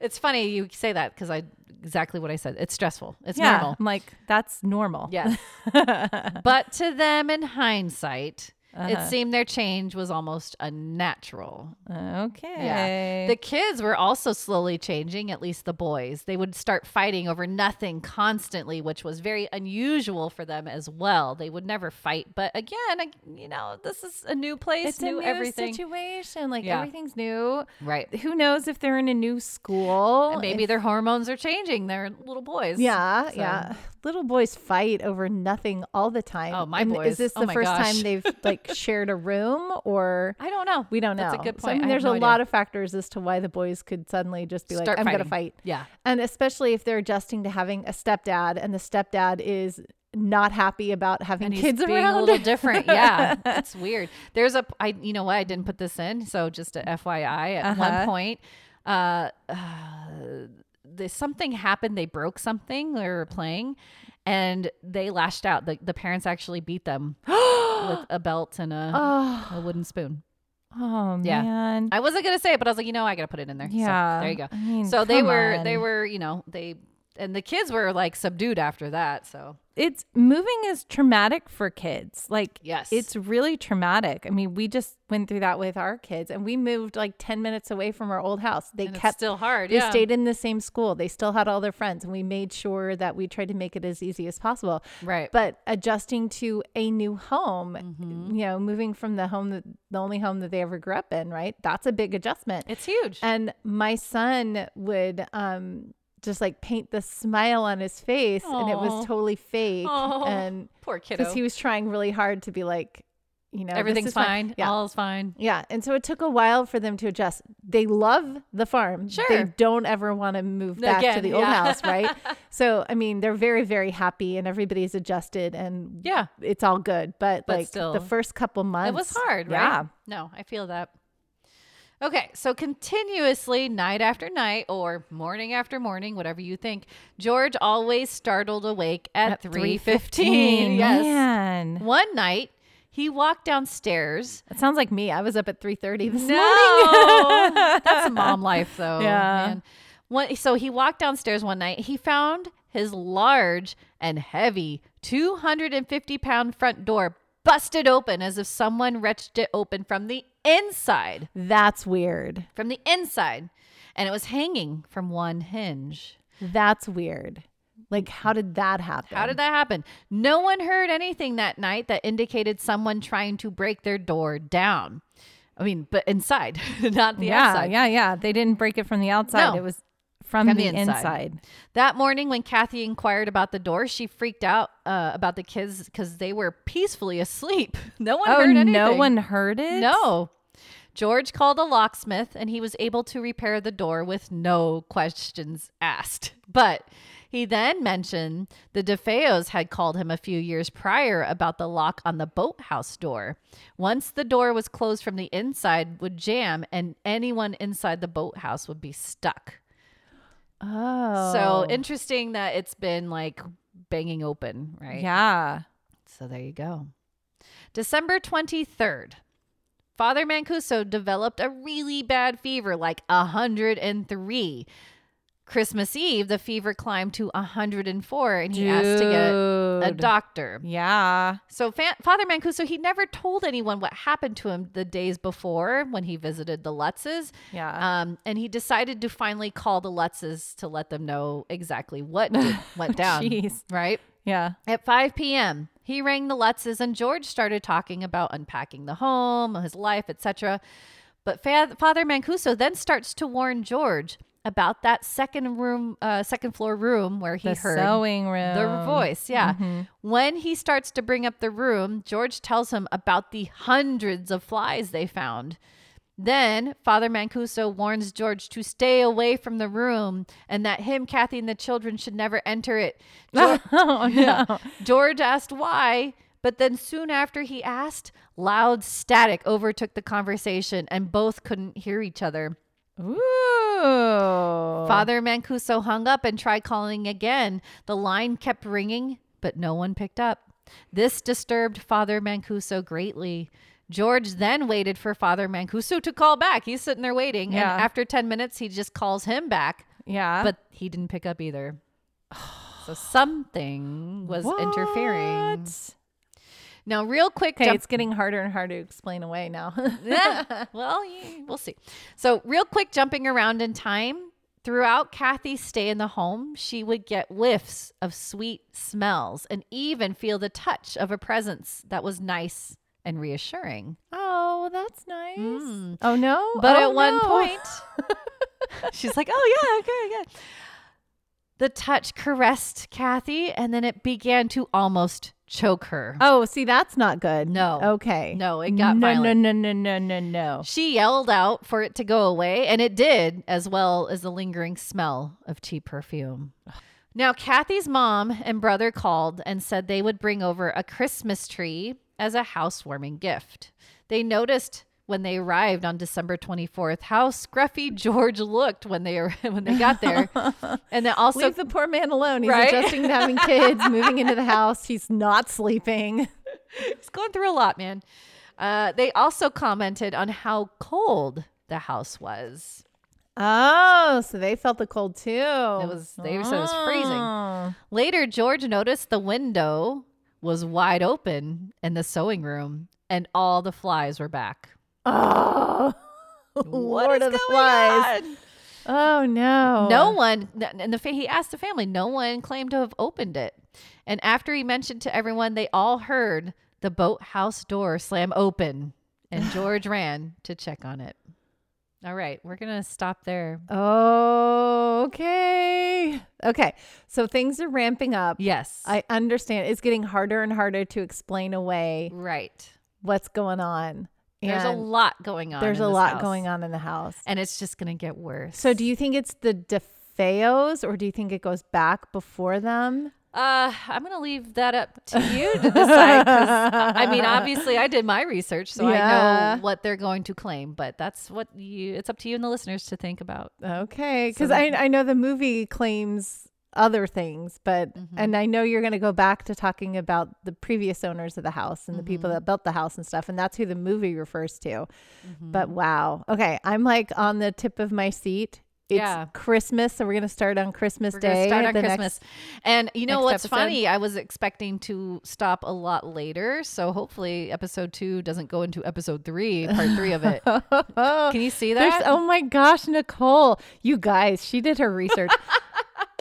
S2: It's funny you say that because I exactly what I said. It's stressful. It's
S3: Yeah.
S2: normal.
S3: I'm like, that's normal.
S2: Yes.
S3: [laughs]
S2: but to them in hindsight,
S3: Uh-huh.
S2: it seemed their change was almost unnatural.
S3: Okay.
S2: The kids were also slowly changing, at least the boys. They would start fighting over nothing constantly, which was very unusual for them as well. They would never fight, but again, I- you know, this is a new place,
S3: it's a
S2: new,
S3: new
S2: everything.
S3: situation. Like
S2: Yeah.
S3: everything's new.
S2: right.
S3: Who knows if they're in a new school?
S2: And maybe their hormones are changing. They're little boys.
S1: yeah,
S2: So-
S1: yeah. Little boys fight over nothing all the time.
S2: Oh, my
S1: and
S2: boys.
S1: Is this
S2: Oh
S1: the
S2: my
S1: first
S2: gosh.
S1: time
S2: [laughs]
S1: they've like shared a room or
S2: I don't know.
S1: we don't know?
S2: That's a good
S1: So, I
S2: point.
S1: mean,
S2: I have
S1: there's
S2: no
S1: a
S2: idea.
S1: lot of factors as to why the boys could suddenly just be
S2: Start
S1: like, I'm going to
S2: fighting.
S1: fight.
S2: Yeah.
S1: And especially if they're adjusting to having a stepdad and the stepdad is not happy about having
S2: And he's
S1: kids
S2: being
S1: around.
S2: a little
S3: [laughs]
S2: different. Yeah. That's weird. There's a, I, you know what? I didn't put this in. So just a FYI, at
S3: Uh-huh.
S2: one point, uh, the, something happened. They broke something. They were playing, and they lashed out. The, the parents actually beat
S3: [gasps]
S2: them with a belt and a, a wooden spoon.
S3: Oh
S2: Yeah.
S3: man.
S2: I wasn't gonna say it, but I was like, you know, I gotta put it in there. So,
S3: Yeah.
S2: there you go.
S3: I mean,
S2: so they
S3: come
S2: were, they
S3: on.
S2: were, you know, they and the kids were like subdued after that. So
S3: It's moving is traumatic for kids. Like
S2: Yes.
S3: it's really traumatic. I mean, we just went through that with our kids, and we moved like ten minutes away from our old house. They
S2: and it's
S3: kept
S2: still hard.
S1: They
S2: yeah.
S1: stayed in the same school. They still had all their friends, and we made sure that we tried to make it as easy as possible.
S2: Right.
S1: But adjusting to a new home,
S3: Mm-hmm.
S1: you know, moving from the home that the only home that they ever grew up in, right? That's a big adjustment.
S2: It's huge.
S1: and my son would um just like paint the smile on his face, and it
S2: Aw.
S1: was totally fake,
S2: Aw.
S1: and
S2: Oh, Poor kiddo.
S1: because Uh, he was trying really hard to be like, you know, this
S2: Everything's
S1: is fine.
S2: fine.
S1: Yeah.
S2: All's fine.
S1: Yeah. And so it took a while for them to adjust. They love the farm.
S2: Sure.
S1: They don't ever want to move back to
S2: Again,
S1: the old
S2: yeah.
S1: house,
S2: [laughs]
S1: right? so, I mean, they're very, very happy and everybody's adjusted and
S2: Yeah.
S1: it's all good. But,
S2: But
S1: like
S2: still,
S1: the first couple months,
S2: It was hard, right?
S3: Yeah.
S2: No, I feel that. Okay, so continuously, night after night, or morning after morning, whatever you think, George always startled awake at three fifteen. Yes.
S3: Man.
S2: One night, he walked downstairs.
S1: It sounds like me. I was up at 3.30 this morning.
S2: No,
S3: [laughs]
S2: that's mom life, though.
S3: Yeah.
S2: Man. One, so he walked downstairs one night. He found his large and heavy 250 pound front door busted open as if someone wrenched it open from the inside.
S1: [laughs] That's weird.
S2: From the inside. And it was hanging from one hinge.
S1: That's weird. Like, how did that happen?
S2: How did that happen? No one heard anything that night that indicated someone trying to break their door down. I mean, but inside, [laughs] not the
S3: yeah,
S2: outside.
S3: yeah, yeah. They didn't break it from the outside.
S2: No.
S3: It was from,
S2: From
S3: the,
S2: the inside.
S3: inside.
S2: That morning, when Kathy inquired about the door, she freaked out uh, about the kids because they were peacefully asleep. [laughs] No one
S3: Oh,
S2: heard anything.
S3: no one heard it.
S2: No. George called a locksmith and he was able to repair the door with no questions asked. But He then mentioned the DeFeos had called him a few years prior about the lock on the boathouse door. Once the door was closed from the inside would jam and anyone inside the boathouse would be stuck.
S3: Oh.
S2: So interesting that it's been like banging open, right?
S3: Yeah.
S2: So there you go. December 23rd. Father Mancuso developed a really bad fever, like 103. Christmas Eve, the fever climbed to 104 and he asked to get a
S3: Dude.
S2: doctor.
S3: Yeah.
S2: So fa- Father Mancuso, he never told anyone what happened to him the days before when he visited the Lutzes.
S3: Yeah.
S2: Um, and he decided to finally call the Lutzes to let them know exactly what
S3: [laughs]
S2: did- went down.
S3: Jeez.
S2: Right?
S3: Yeah.
S2: At 5 p.m., he rang the Lutzes and George started talking about unpacking the home, his life, etc. But fa- Father Mancuso then starts to warn George about that second room, uh, second floor room where he
S3: The
S2: heard
S3: sewing room.
S2: the voice. Yeah.
S3: Mm-hmm.
S2: When he starts to bring up the room, George tells him about the hundreds of flies they found. Then Father Mancuso warns George to stay away from the room and that him, Kathy, and the children should never enter
S3: [laughs]
S2: it. Geor- [laughs]
S3: oh, no.
S2: George asked why, but then soon after he asked, loud static overtook the conversation and both couldn't hear each other.
S3: Ooh.
S2: Father Mancuso hung up and tried calling again. The line kept ringing, but no one picked up. This disturbed Father Mancuso greatly. George then waited for Father Mancuso to call back. He's sitting there waiting.
S3: Yeah.
S2: And after 10 minutes, he just calls him back,
S3: Yeah.
S2: but he didn't pick up either. So something
S3: [sighs]
S2: was interfering.
S3: What?
S2: Now, real quick,
S3: Okay,
S2: jump-
S3: it's getting harder and harder to explain away now. [laughs]
S2: well, yeah, we'll see. So, real quick, jumping around in time, throughout Kathy's stay in the home, she would get whiffs of sweet smells and even feel the touch of a presence that was nice and reassuring.
S3: oh, that's nice.
S2: Mm.
S3: Oh no.
S2: But
S3: Oh,
S2: at one
S3: no.
S2: point,
S3: [laughs]
S2: she's like, "Oh yeah, okay, yeah." The touch caressed Kathy, and then it began to almost choke her.
S1: Oh, see, that's not good.
S2: No.
S1: Okay.
S2: No, it got
S3: no,
S2: violent.
S3: no, no, no, no, no, no.
S2: She yelled out for it to go away, and it did, as well as the lingering smell of cheap perfume. Now, Kathy's mom and brother called and said they would bring over a Christmas tree as a housewarming gift. They noticed when they arrived on December 24th how scruffy [laughs] George looked when they when they got [laughs] there. and then also
S1: Leave the poor man alone. He's
S2: Right?
S1: adjusting to having
S2: [laughs]
S1: kids, moving into the house. He's not sleeping.
S2: He's going through a lot, man. Uh, they also commented on how cold the house was.
S1: Oh, so they felt the cold too.
S2: It was they said it was
S1: Ah.
S2: freezing. Later, George noticed the window was wide open in the sewing room, and all the flies were back.
S1: [laughs] Oh, Lord of the Flies. Oh no.
S2: No one, and the fa- he asked the family. No one claimed to have opened it. And after he mentioned to everyone, they all heard the boathouse door slam open,
S1: [sighs]
S2: and George ran to check on it. All right, we're gonna stop there.
S1: Oh, okay. Okay. So things are ramping up.
S2: Yes,
S1: I understand. It's getting harder and harder to explain away
S2: right.
S1: what's going on.
S2: There's a
S1: And
S2: lot going on.
S1: There's
S2: in
S1: a
S2: this
S1: lot
S2: house.
S1: going on in the house.
S2: and it's just gonna get worse.
S1: So do you think it's the DeFeos or do you think it goes back before [laughs] them?
S2: Uh, I'm gonna leave that up to you to decide. 'cause, uh, I
S1: [laughs]
S2: mean, obviously, I did my research, so I
S1: Yeah.
S2: know what they're going to claim. But that's what you. It's up to you and the listeners to think about.
S1: Okay, because
S2: So-
S1: I I know the movie claims other things, but and I know you're going to go back to talking about the previous owners of the house and the people that built the house and stuff, and that's who the movie refers to. But wow, okay, I'm like on the tip of my seat. It's
S2: Yeah.
S1: Christmas, so we're going to start on Christmas
S2: We're
S1: Day.
S2: gonna start on
S1: the next-
S2: Christmas, and you know
S1: next
S2: what's
S1: episode.
S2: funny? I was expecting to stop a lot later, so hopefully, episode two doesn't go into episode three, part three
S1: [laughs]
S2: of it.
S1: oh,
S2: Can you see
S1: there's-
S2: that?
S1: oh my gosh, Nicole, you guys, she did her
S2: [laughs]
S1: research.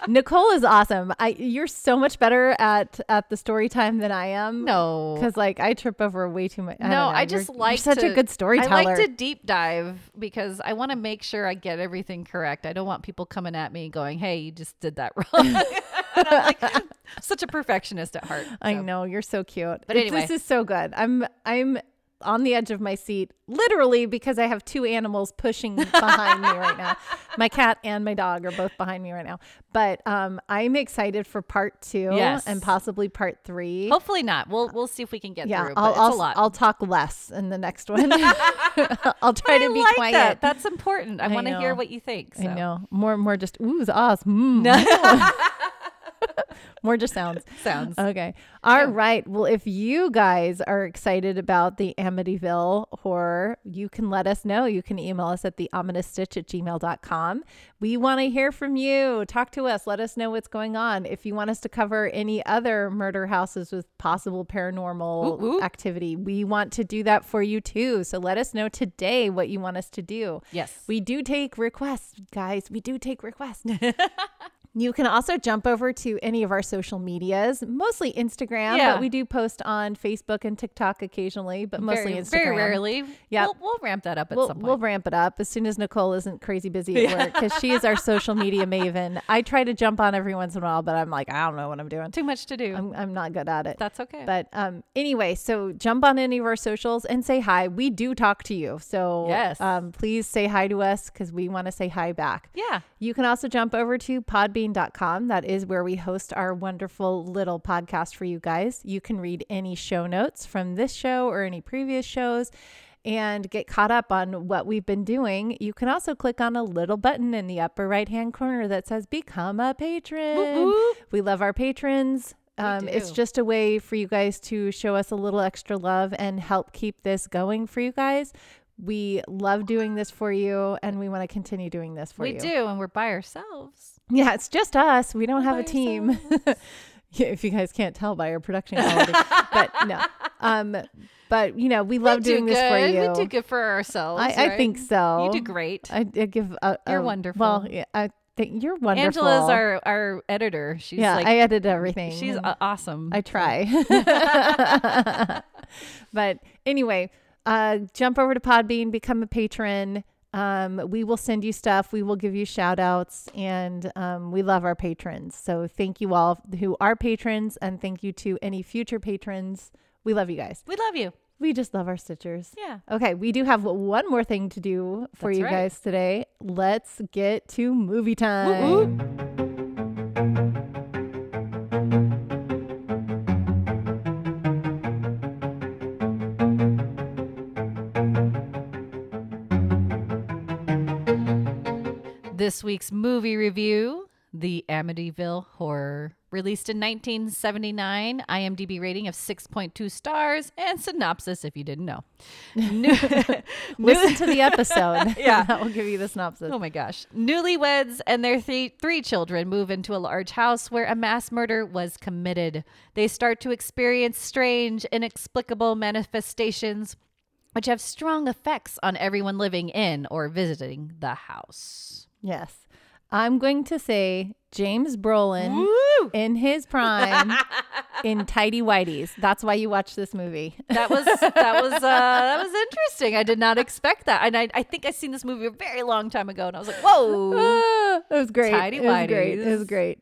S1: Nicole is awesome. I you're so much better at at the story time than I am.
S2: no,
S1: because like I trip over way too much. I
S2: no,
S1: don't know.
S2: I
S1: You're-
S2: just like
S1: you're such
S2: to-
S1: a good storyteller.
S2: I like to deep dive because I want to make sure I get everything correct. I don't want people coming at me going, "Hey, you just did that [laughs] wrong." And I'm like, [laughs] I'm such a perfectionist at heart.
S1: I
S2: so.
S1: know you're so cute.
S2: But
S1: It-
S2: anyway.
S1: this is so good. I'm I'm on the edge of my seat, literally because I have two animals pushing behind me right
S2: [laughs]
S1: now. My cat and my dog are both behind me right now. But um, I'm excited for part two
S2: Yes.
S1: and possibly part three.
S2: Hopefully not. We'll we'll see if we can get
S1: yeah,
S2: through. But
S1: I'll,
S2: it's
S1: I'll,
S2: a lot.
S1: I'll talk less in the next
S2: [laughs]
S1: one. [laughs] I'll try to be
S2: like
S1: quiet.
S2: that. That's important. I, want to hear
S3: know.
S2: what you think.
S1: I
S2: so.
S1: know. More and more just oohs, ahs,
S2: [laughs]
S1: mm. [laughs] more just sounds.
S2: Sounds.
S1: Okay. All right. Well, if you guys are excited about the Amityville horror, you can let us know. You can email us at the stitch at gmail.com. We want to hear from you. Talk to us. Let us know what's going on. If you want us to cover any other murder houses with possible paranormal
S2: Ooh, ooh.
S1: activity, we want to do that for you too. So let us know today what you want us to do.
S2: yes.
S1: We do take requests, guys. We do take
S2: [laughs]
S1: requests. you can also jump over to any of our social medias, mostly Instagram,
S2: Yeah.
S1: but we do post on Facebook and TikTok occasionally, but mostly
S2: very,
S1: Instagram.
S2: very rarely.
S1: Yeah.
S2: We'll, we'll ramp that up at
S1: We'll,
S2: some
S1: we'll
S2: point.
S1: ramp it up as soon as Nicole isn't crazy busy at work because she is our social media
S2: [laughs]
S1: maven. I try to jump on every once in a while, but I'm like, I don't know what I'm doing.
S2: Too much to do.
S1: I'm, I'm not good at it.
S2: That's okay.
S1: But um, anyway, so jump on any of our socials and say hi. We do talk to you. So
S2: Yes.
S1: um, please say hi to us because we want to say hi back.
S2: yeah.
S1: You can also jump over to podbean.com. That is where we host our wonderful little podcast for you guys. You can read any show notes from this show or any previous shows and get caught up on what we've been doing. You can also click on a little button in the upper right hand corner that says Become a Patron. We love our patrons. Um, it's
S2: do.
S1: just a way for you guys to show us a little extra love and help keep this going for you guys. We love doing this for you, and we want to continue doing this for
S2: We
S1: you.
S2: do, and we're by ourselves.
S1: Yeah, it's just us. We don't have
S2: by
S1: a team. [laughs] Yeah, if you guys can't tell by our production quality, but
S2: [laughs]
S1: no. Um, but you know, we love
S2: We do
S1: doing this for
S2: good.
S1: you.
S2: We do good for ourselves.
S1: I, I
S2: right?
S1: think so.
S2: You do great.
S1: I, I give. A,
S2: You're
S1: a-
S2: wonderful.
S1: Well, yeah, I think you're wonderful.
S2: Angela's our our editor. She's
S1: yeah,
S2: like
S1: I edit everything.
S2: she's
S1: and-
S2: a- awesome.
S1: I
S2: [laughs]
S1: try. but anyway, uh, jump over to Podbean, become a patron. Um, we will send you stuff. We will give you shout outs. And um, we love our patrons. So thank you all who are patrons. And thank you to any future patrons. We love you guys.
S2: we love you.
S1: We just love our stitchers.
S2: Yeah.
S1: Okay, we do have one more thing to do for
S2: That's
S1: you
S2: right.
S1: guys today. Let's get to movie time.
S2: This week's movie review The Amityville Horror. Released in 1979, IMDb rating of 6.2 stars, and synopsis if you didn't know. New-
S1: Listen to the
S2: [laughs]
S1: episode.
S2: Yeah.
S1: that will give you the synopsis.
S2: Oh my gosh. Newlyweds and their three, three children move into a large house where a mass murder was committed. They start to experience strange, inexplicable manifestations which have strong effects on everyone living in or visiting the house.
S1: Yes. I'm going to say James Brolin in his prime in Tidy Whiteys. That's why you watch this movie.
S2: That was that was uh, that was interesting. I did not expect that. And I, I think I seen this movie a very long time ago and I was like, "Whoa."
S1: [laughs] it was great.
S2: Tidy
S1: it was great. [laughs] It was
S2: Whities.
S1: great.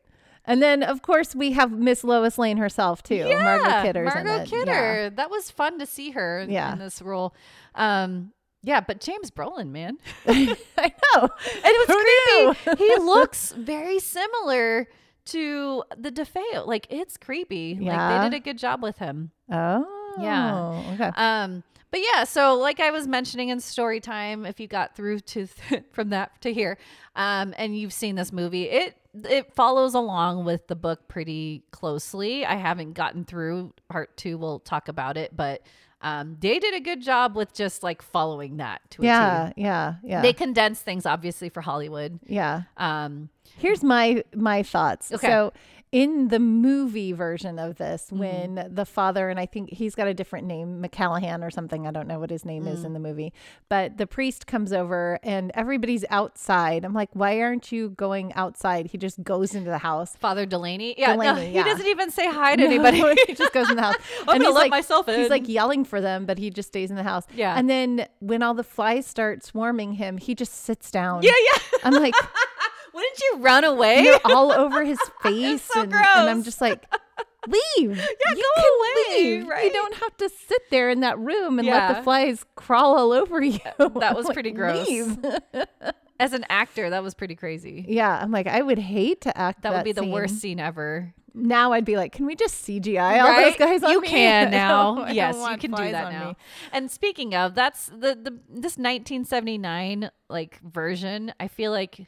S1: And then, of course, we have Miss Lois Lane herself, too. Margaret
S2: Yeah,
S1: Kidder's in
S2: Margot
S1: it.
S2: Kidder.
S1: Yeah.
S2: That was fun to see her in,
S1: Yeah.
S2: in this role. Um, yeah, but James Brolin, man.
S1: I know.
S2: [laughs] And it
S1: Who
S2: was [laughs] creepy. he looks very similar to the DeFeo. Like it's creepy.
S1: Yeah.
S2: Like they did a good job with him.
S1: Oh.
S2: Yeah.
S1: Okay.
S2: Um, but yeah, so like I was mentioning in story time, if you got through to [laughs] from that to here, um, and you've seen this movie, it it follows along with the book pretty closely. I haven't gotten through part two. We'll talk about it, but um, they did a good job with just like following that to a
S1: Yeah.
S2: T.
S1: Yeah. Yeah.
S2: They condensed things obviously for Hollywood.
S1: yeah.
S2: Um,
S1: Here's my my thoughts.
S2: Okay.
S1: So in the movie version of this, when the father and I think he's got a different name, McCallahan or something. I don't know what his name is in the movie, but the priest comes over and everybody's outside. I'm like, why aren't you going outside? He just goes into the house.
S2: Father Delaney. Yeah, no,
S1: Delaney, yeah.
S2: he doesn't even say
S1: [laughs]
S2: hi to [laughs] anybody.
S1: he just goes in the house.
S2: I'm gonna
S1: he's
S2: let
S1: like,
S2: myself in.
S1: He's like yelling for them, but he just stays in the house.
S2: Yeah.
S1: And then when all the flies start swarming him, he just sits down.
S2: yeah, yeah. [laughs]
S1: I'm like,
S2: Wouldn't you run away? [laughs]
S1: they're all over his face
S2: so
S1: and, and I'm
S2: gross. [laughs]
S1: just like leave.
S2: Yeah,
S1: you
S2: go
S1: can
S2: away,
S1: leave. You
S2: right?
S1: don't have to sit there in that room and let
S2: Yeah.
S1: the flies crawl all over you.
S2: That
S1: [laughs]
S2: was
S1: Like,
S2: pretty gross.
S1: leave.
S2: As an actor, that was pretty crazy.
S1: Yeah, I'm like, I would hate to act.
S2: That,
S1: That,
S2: would be the
S1: scene.
S2: worst scene ever.
S1: Now I'd be like, can we just CGI all those
S2: Right?
S1: guys? On
S2: you
S1: me? [laughs]
S2: can
S1: I
S2: now.
S1: don't- I don't
S2: yes, you
S1: want
S2: can do
S1: flies
S2: that
S1: on
S2: now.
S1: me.
S2: And speaking of, that's the the this 1979 like version. I feel like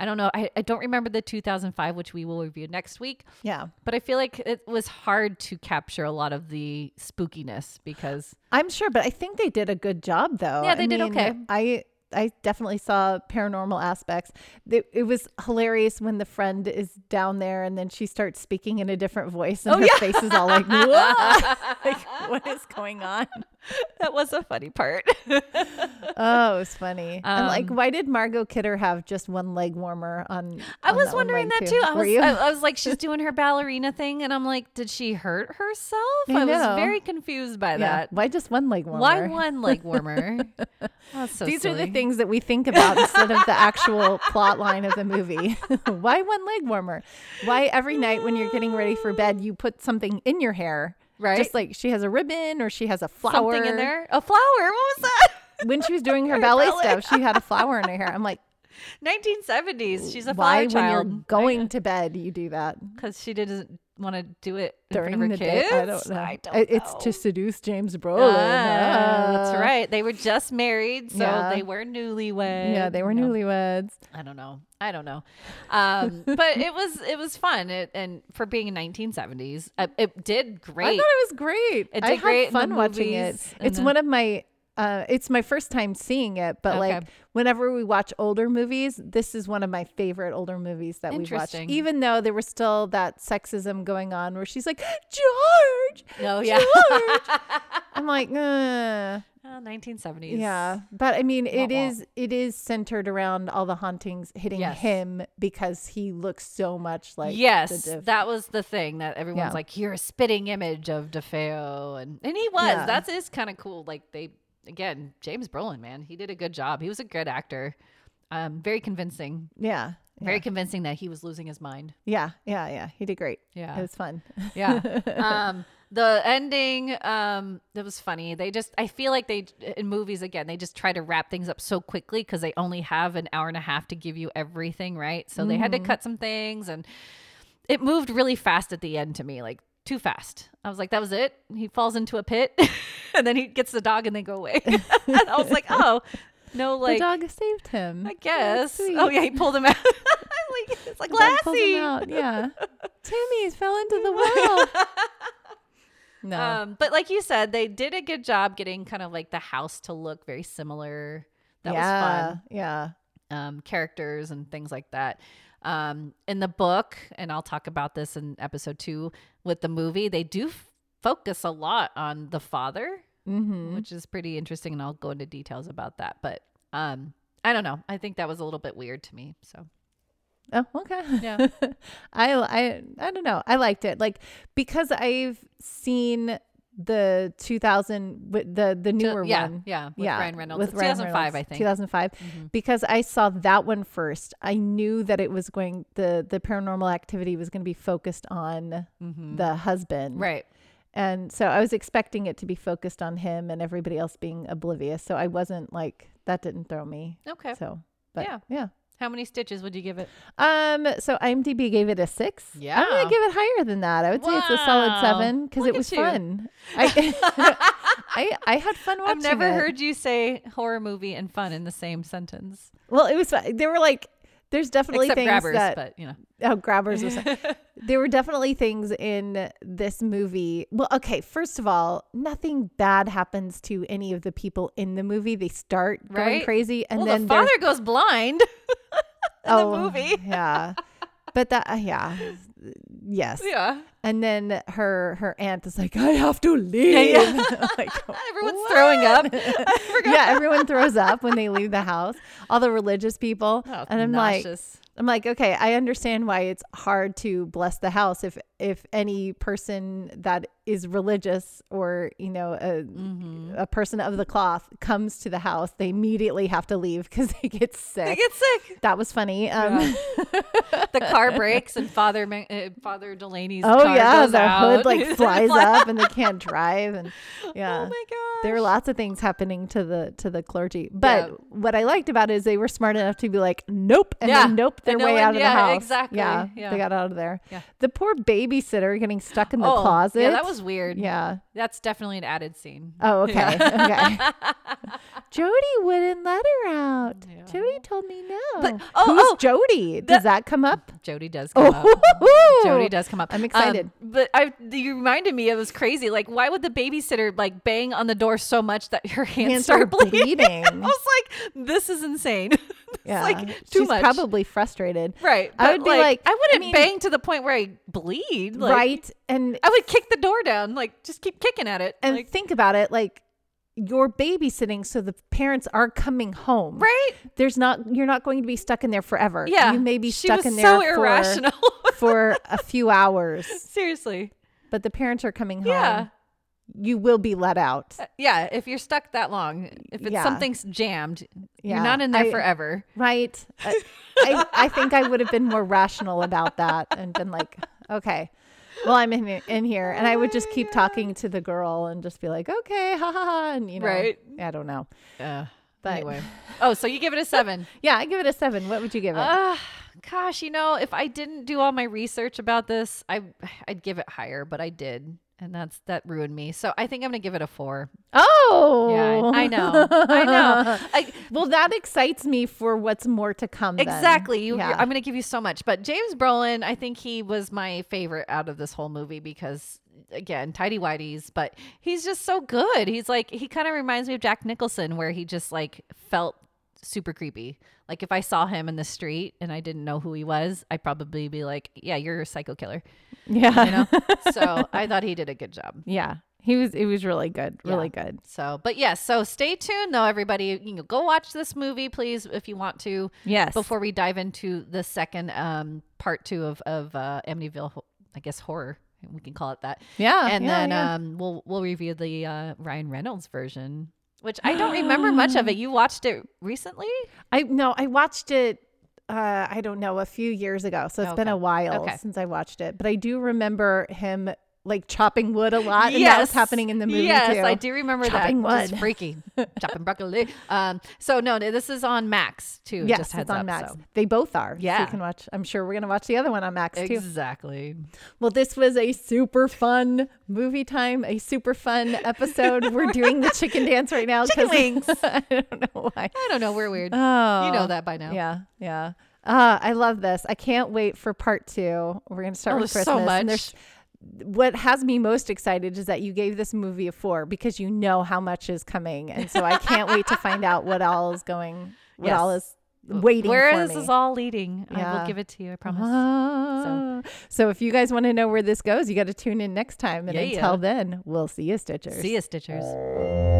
S2: I don't know. I, I don't remember the 2005, which we will review next week.
S1: Yeah,
S2: But I feel like it was hard to capture a lot of the spookiness
S1: [laughs]
S2: because
S1: I'm sure, but I think they did a good job though.
S2: Yeah,
S1: I
S2: they did
S1: mean,
S2: okay.
S1: I I definitely saw paranormal aspects. It, it was hilarious when the friend is down there and then she starts speaking in a different voice
S2: Oh,
S1: and her face is all
S2: [laughs]
S1: like, "Whoa." [laughs] like, what is going on?
S2: that was a funny part.
S1: Oh, it's funny. I'm like,
S2: Um,
S1: why did Margot Kidder have just one leg warmer on?
S2: I
S1: on
S2: was
S1: that one
S2: wondering
S1: leg,
S2: that too. I
S1: Were
S2: was,
S1: you?
S2: I, I was like, she's doing her ballerina thing, and I'm like, did she hurt herself?
S1: I
S2: I, was
S1: know.
S2: very confused by
S1: yeah.
S2: that.
S1: Why just one leg warmer?
S2: Why
S1: [laughs]
S2: one leg warmer? Oh, that's so
S1: These are
S2: silly.
S1: the things that we think about instead of the
S2: [laughs]
S1: actual plot line of the movie. [laughs] Why one leg warmer? Why every night when you're getting ready for bed, you put something in your hair?
S2: Right.
S1: Just like she has a ribbon or she has a flower.
S2: Something in there? A flower? What was that? [laughs]
S1: When she was doing her,
S2: Her
S1: ballet,
S2: ballet.
S1: stuff, she had a flower in her hair. I'm like,
S2: 1970s. She's a
S1: why
S2: flower
S1: when you're
S2: child.
S1: going to bed you do that
S2: Because she didn't want to do it in front
S1: during
S2: of her
S1: the
S2: kids.
S1: day? I don't know.
S2: I don't
S1: It- it's
S2: know.
S1: to seduce James
S2: Ah,
S1: Brolin.
S2: that's
S1: Ah.
S2: right. They were just married, so
S1: Yeah.
S2: they were newlyweds.
S1: Yeah, they were
S2: you know.
S1: newlyweds.
S2: I don't know. I don't know.
S1: [laughs]
S2: Um, but it was it was fun. It, and for being in 1970s, uh, it did
S1: I thought
S2: great.
S1: it was great.
S2: It
S1: I
S2: did
S1: had
S2: great in the
S1: fun watching it.
S2: movies and
S1: It's
S2: then-
S1: one of my. Uh, it's my first time seeing it, but
S2: Okay.
S1: like whenever we watch older movies, this is one of my favorite older movies that we've watched.
S2: Interesting.
S1: Even though there was still that sexism going on, where she's like, "George,"
S2: No, yeah. [laughs]
S1: George. I'm like, uh,
S2: Well, 1970s.
S1: yeah. But I mean,
S2: Wah-wah.
S1: it is it is centered around all the hauntings hitting
S2: Yes.
S1: him because he looks so much like the
S2: yes,
S1: diff-
S2: that was the thing that everyone's
S1: Yeah.
S2: like, you're a spitting image of DeFeo. And, and he was.
S1: Yeah.
S2: That's is kind of cool. Like, they, again, James Brolin, man, he did a good job. He was a good actor. Um, very convincing.
S1: yeah,
S2: Very convincing that he was losing his mind.
S1: yeah, yeah, yeah. He did great.
S2: Yeah.
S1: It was fun. [laughs]
S2: Yeah. um, the ending um, that was funny. They just I feel like they in movies again they just try to wrap things up so quickly because they only have an hour and a half to give you everything right. So they had
S1: Mm-hmm.
S2: to cut some things and it moved really fast at the end to me like too fast. I was like that was it. He falls into a pit [laughs] and then he gets the dog and they go away. [laughs] and I was like oh no like.
S1: the dog saved him.
S2: I guess.
S1: sweet.
S2: Oh yeah, he pulled him out. [laughs] I'm like, it's like
S1: The dog pulled him
S2: Lassie.
S1: out,
S2: [laughs]
S1: Yeah. Timmy fell into the well. No.
S2: Um, but like you said, they did a good job getting kind of like the house to look very similar. That
S1: yeah,
S2: was
S1: Yeah.
S2: fun. Um, characters and things like that. Um, in the book, and I'll talk about this in episode two with the movie, they do f- focus a lot on the father,
S1: Mm-hmm.
S2: which is pretty interesting. And I'll go into details about that. But um, I don't know. I think that was a little bit weird to me. So
S1: Oh, okay.
S2: Yeah.
S1: [laughs] I, I, I don't know. I liked it. Like, because I've seen the 2000, wi- the, the newer
S2: yeah,
S1: one.
S2: yeah, with Ryan Reynolds,
S1: with
S2: It's
S1: Ryan
S2: 2005,
S1: Reynolds,
S2: I think.
S1: 2005.
S2: Mm-hmm.
S1: Because I saw that one first. I knew that it was going, the, the paranormal activity was going to be focused on the husband.
S2: Mm-hmm. right.
S1: And so I was expecting it to be focused on him and everybody else being oblivious. So I wasn't like that didn't throw me.
S2: Okay.
S1: So but
S2: Yeah.
S1: yeah. yeah.
S2: How many stitches would you give it?
S1: Um so IMDb gave it a 6. I'm going
S2: Yeah.
S1: to give it higher than that. I would say it's a solid
S2: Wow.
S1: 7 cuz
S2: Look
S1: it
S2: at
S1: was
S2: you. [laughs]
S1: fun. I [laughs] I I had fun watching
S2: I've never
S1: it.
S2: heard you say horror movie and fun in the same sentence.
S1: Well, it was fun. There were like there's definitely
S2: Except
S1: things
S2: grabbers,
S1: that
S2: but you know.
S1: Oh, grabbers.
S2: [laughs]
S1: Was, there were definitely things in this movie. Well, okay, first of all, nothing bad happens to any of the people in the movie. They start going
S2: Right?
S1: crazy, and
S2: well,
S1: then
S2: the
S1: they're- oh,
S2: father goes blind
S1: [laughs]
S2: [laughs] in the movie.
S1: yeah. But that, uh,
S2: [laughs]
S1: yeah, yes,
S2: Yeah.
S1: and then her her aunt is like, I have to leave. [laughs] Like,
S2: [laughs] Everyone's
S1: what?
S2: throwing up.
S1: [laughs]
S2: I forgot.
S1: yeah, everyone throws up when they leave the house. All the religious people,
S2: Oh,
S1: and I'm like,
S2: nauseous.
S1: I'm like, okay, I understand why it's hard to bless the house if if any person that is religious or you know a,
S2: Mm-hmm.
S1: a person of the cloth comes to the house they immediately have to leave because they get sick
S2: [laughs]
S1: [laughs]
S2: I get sick.
S1: that was funny um
S2: The car breaks and Father Ma- uh, Father Delaney's
S1: oh
S2: car
S1: yeah
S2: goes
S1: the
S2: out. [laughs]
S1: hood like flies up and they can't drive and yeah
S2: Oh my god.
S1: there were lots of things happening to the to the clergy but
S2: Yeah.
S1: what i liked about it is they were smart enough to be like nope and
S2: Yeah.
S1: then nope their
S2: And no
S1: way
S2: one-
S1: out of
S2: yeah,
S1: the house
S2: exactly.
S1: yeah,
S2: Yeah.
S1: they got out of there
S2: Yeah.
S1: the poor babysitter getting stuck in the
S2: Oh,
S1: closet
S2: Yeah, that was weird.
S1: yeah
S2: That's definitely an added scene.
S1: oh okay
S2: [laughs]
S1: okay [laughs] jody wouldn't let her out jody told me no
S2: But- oh,
S1: who's
S2: oh,
S1: jody does that come up
S2: Jody does come up. Jody does come up.
S1: Oh. I'm
S2: Um,
S1: excited.
S2: but I, you reminded me, it was crazy. Like, why would the babysitter like bang on the door so much that her hands,
S1: Hands
S2: [laughs]
S1: are
S2: start bleeding?
S1: bleeding.
S2: I was like, this is insane. [laughs] It's
S1: yeah
S2: like too
S1: she's
S2: much.
S1: probably frustrated
S2: right.
S1: I
S2: but,
S1: would be like,
S2: I wouldn't
S1: I mean-
S2: bang to the point where I bleed. Like,
S1: right and
S2: I would kick the door down. Like, just keep kicking at it.
S1: and
S2: like,
S1: think about it like you're babysitting so the parents are coming home
S2: right?
S1: there's not you're not going to be stuck in there forever
S2: Yeah.
S1: you may be
S2: She
S1: stuck
S2: was
S1: in there
S2: so
S1: for,
S2: irrational. [laughs]
S1: for a few hours
S2: Seriously.
S1: but the parents are coming home
S2: Yeah.
S1: you will be let out
S2: Uh, Yeah, if you're stuck that long, if it's
S1: Yeah.
S2: something's jammed,
S1: Yeah.
S2: you're not in there
S1: I-
S2: forever.
S1: right I, I, I think i would have been more rational about that and been like okay well i'm in, here- in here and i would just
S2: Oh
S1: keep talking to the girl and just be like okay ha ha ha and you know
S2: Right.
S1: i don't know
S2: Uh,
S1: but
S2: anyway. [laughs] oh, so you give it a seven.
S1: yeah i give it a seven what would you give it
S2: Ah, gosh, you know, if I didn't do all my research about this, I I'd give it higher, but I did. And that's that ruined me. So I think I'm gonna give it a four.
S1: oh
S2: Yeah, I know. I know. I,
S1: Well, that excites me for what's more to come. then.
S2: exactly. You,
S1: Yeah.
S2: I'm gonna give you so much. But James Brolin, I think he was my favorite out of this whole movie because again, tidy whities, but he's just so good. He's like he kind of reminds me of Jack Nicholson, where he just like felt super creepy. Like if I saw him in the street and I didn't know who he was, I'd probably be like, "Yeah, you're a psycho killer."
S1: [laughs] yeah. [laughs]
S2: you know so i thought he did a good job
S1: yeah. He was. It was really good. Really good.
S2: so but yes so stay tuned though everybody you know, go watch this movie please if you want to
S3: Yes.
S2: before we dive into the second um part two of of uh amityville ho- i guess horror we can call it that
S1: Yeah.
S2: and
S1: yeah,
S2: then
S1: yeah.
S2: um we'll we'll review the uh ryan reynolds version which i don't remember
S1: [gasps]
S2: much of it you watched it recently
S1: I no. I watched it. Uh, I don't know, a few years ago. So it's been
S2: Okay.
S1: a while
S2: Okay.
S1: since I watched it, but I do remember him like chopping wood a lot, and Uh, that was happening in the movie
S2: Yes,
S1: too.
S2: I do remember
S1: Chopping
S2: that. It's
S1: wood. [laughs]
S2: freaky. Chopping broccoli. Um, so no, this is on Max too.
S1: Yes,
S2: just heads
S1: it's on
S2: up,
S1: Max.
S2: so.
S1: They both are. so
S2: Yeah.
S1: you can watch. I'm sure we're gonna watch the other one on Max too.
S2: Exactly.
S1: Well, this was a super fun movie time, a super fun episode. We're doing the chicken dance right
S2: [laughs]
S1: now. 'cause-
S2: wings.
S1: I don't know why.
S2: I don't know. We're
S1: [laughs]
S2: weird.
S1: Oh,
S2: you know that by now.
S1: Yeah, yeah. Uh, I love this. I can't wait for part two. We're gonna start
S2: Oh,
S1: with
S2: there's
S1: Christmas.
S2: so
S1: And
S2: much.
S1: there's, what has me most excited is that you gave this movie a four because you know how much is coming, and so I can't wait to find out what all is going, what
S2: Yes.
S1: all is waiting.
S2: Where
S1: for
S2: is
S1: me.
S2: this all leading? I
S1: Yeah. Uh-huh.
S2: will give it to you. I promise.
S1: Ah. So if you guys want to know where this goes, you got to tune in next time. And
S2: Yeah,
S1: until
S2: yeah.
S1: then, we'll see you, Stitchers.
S2: See you, Stitchers.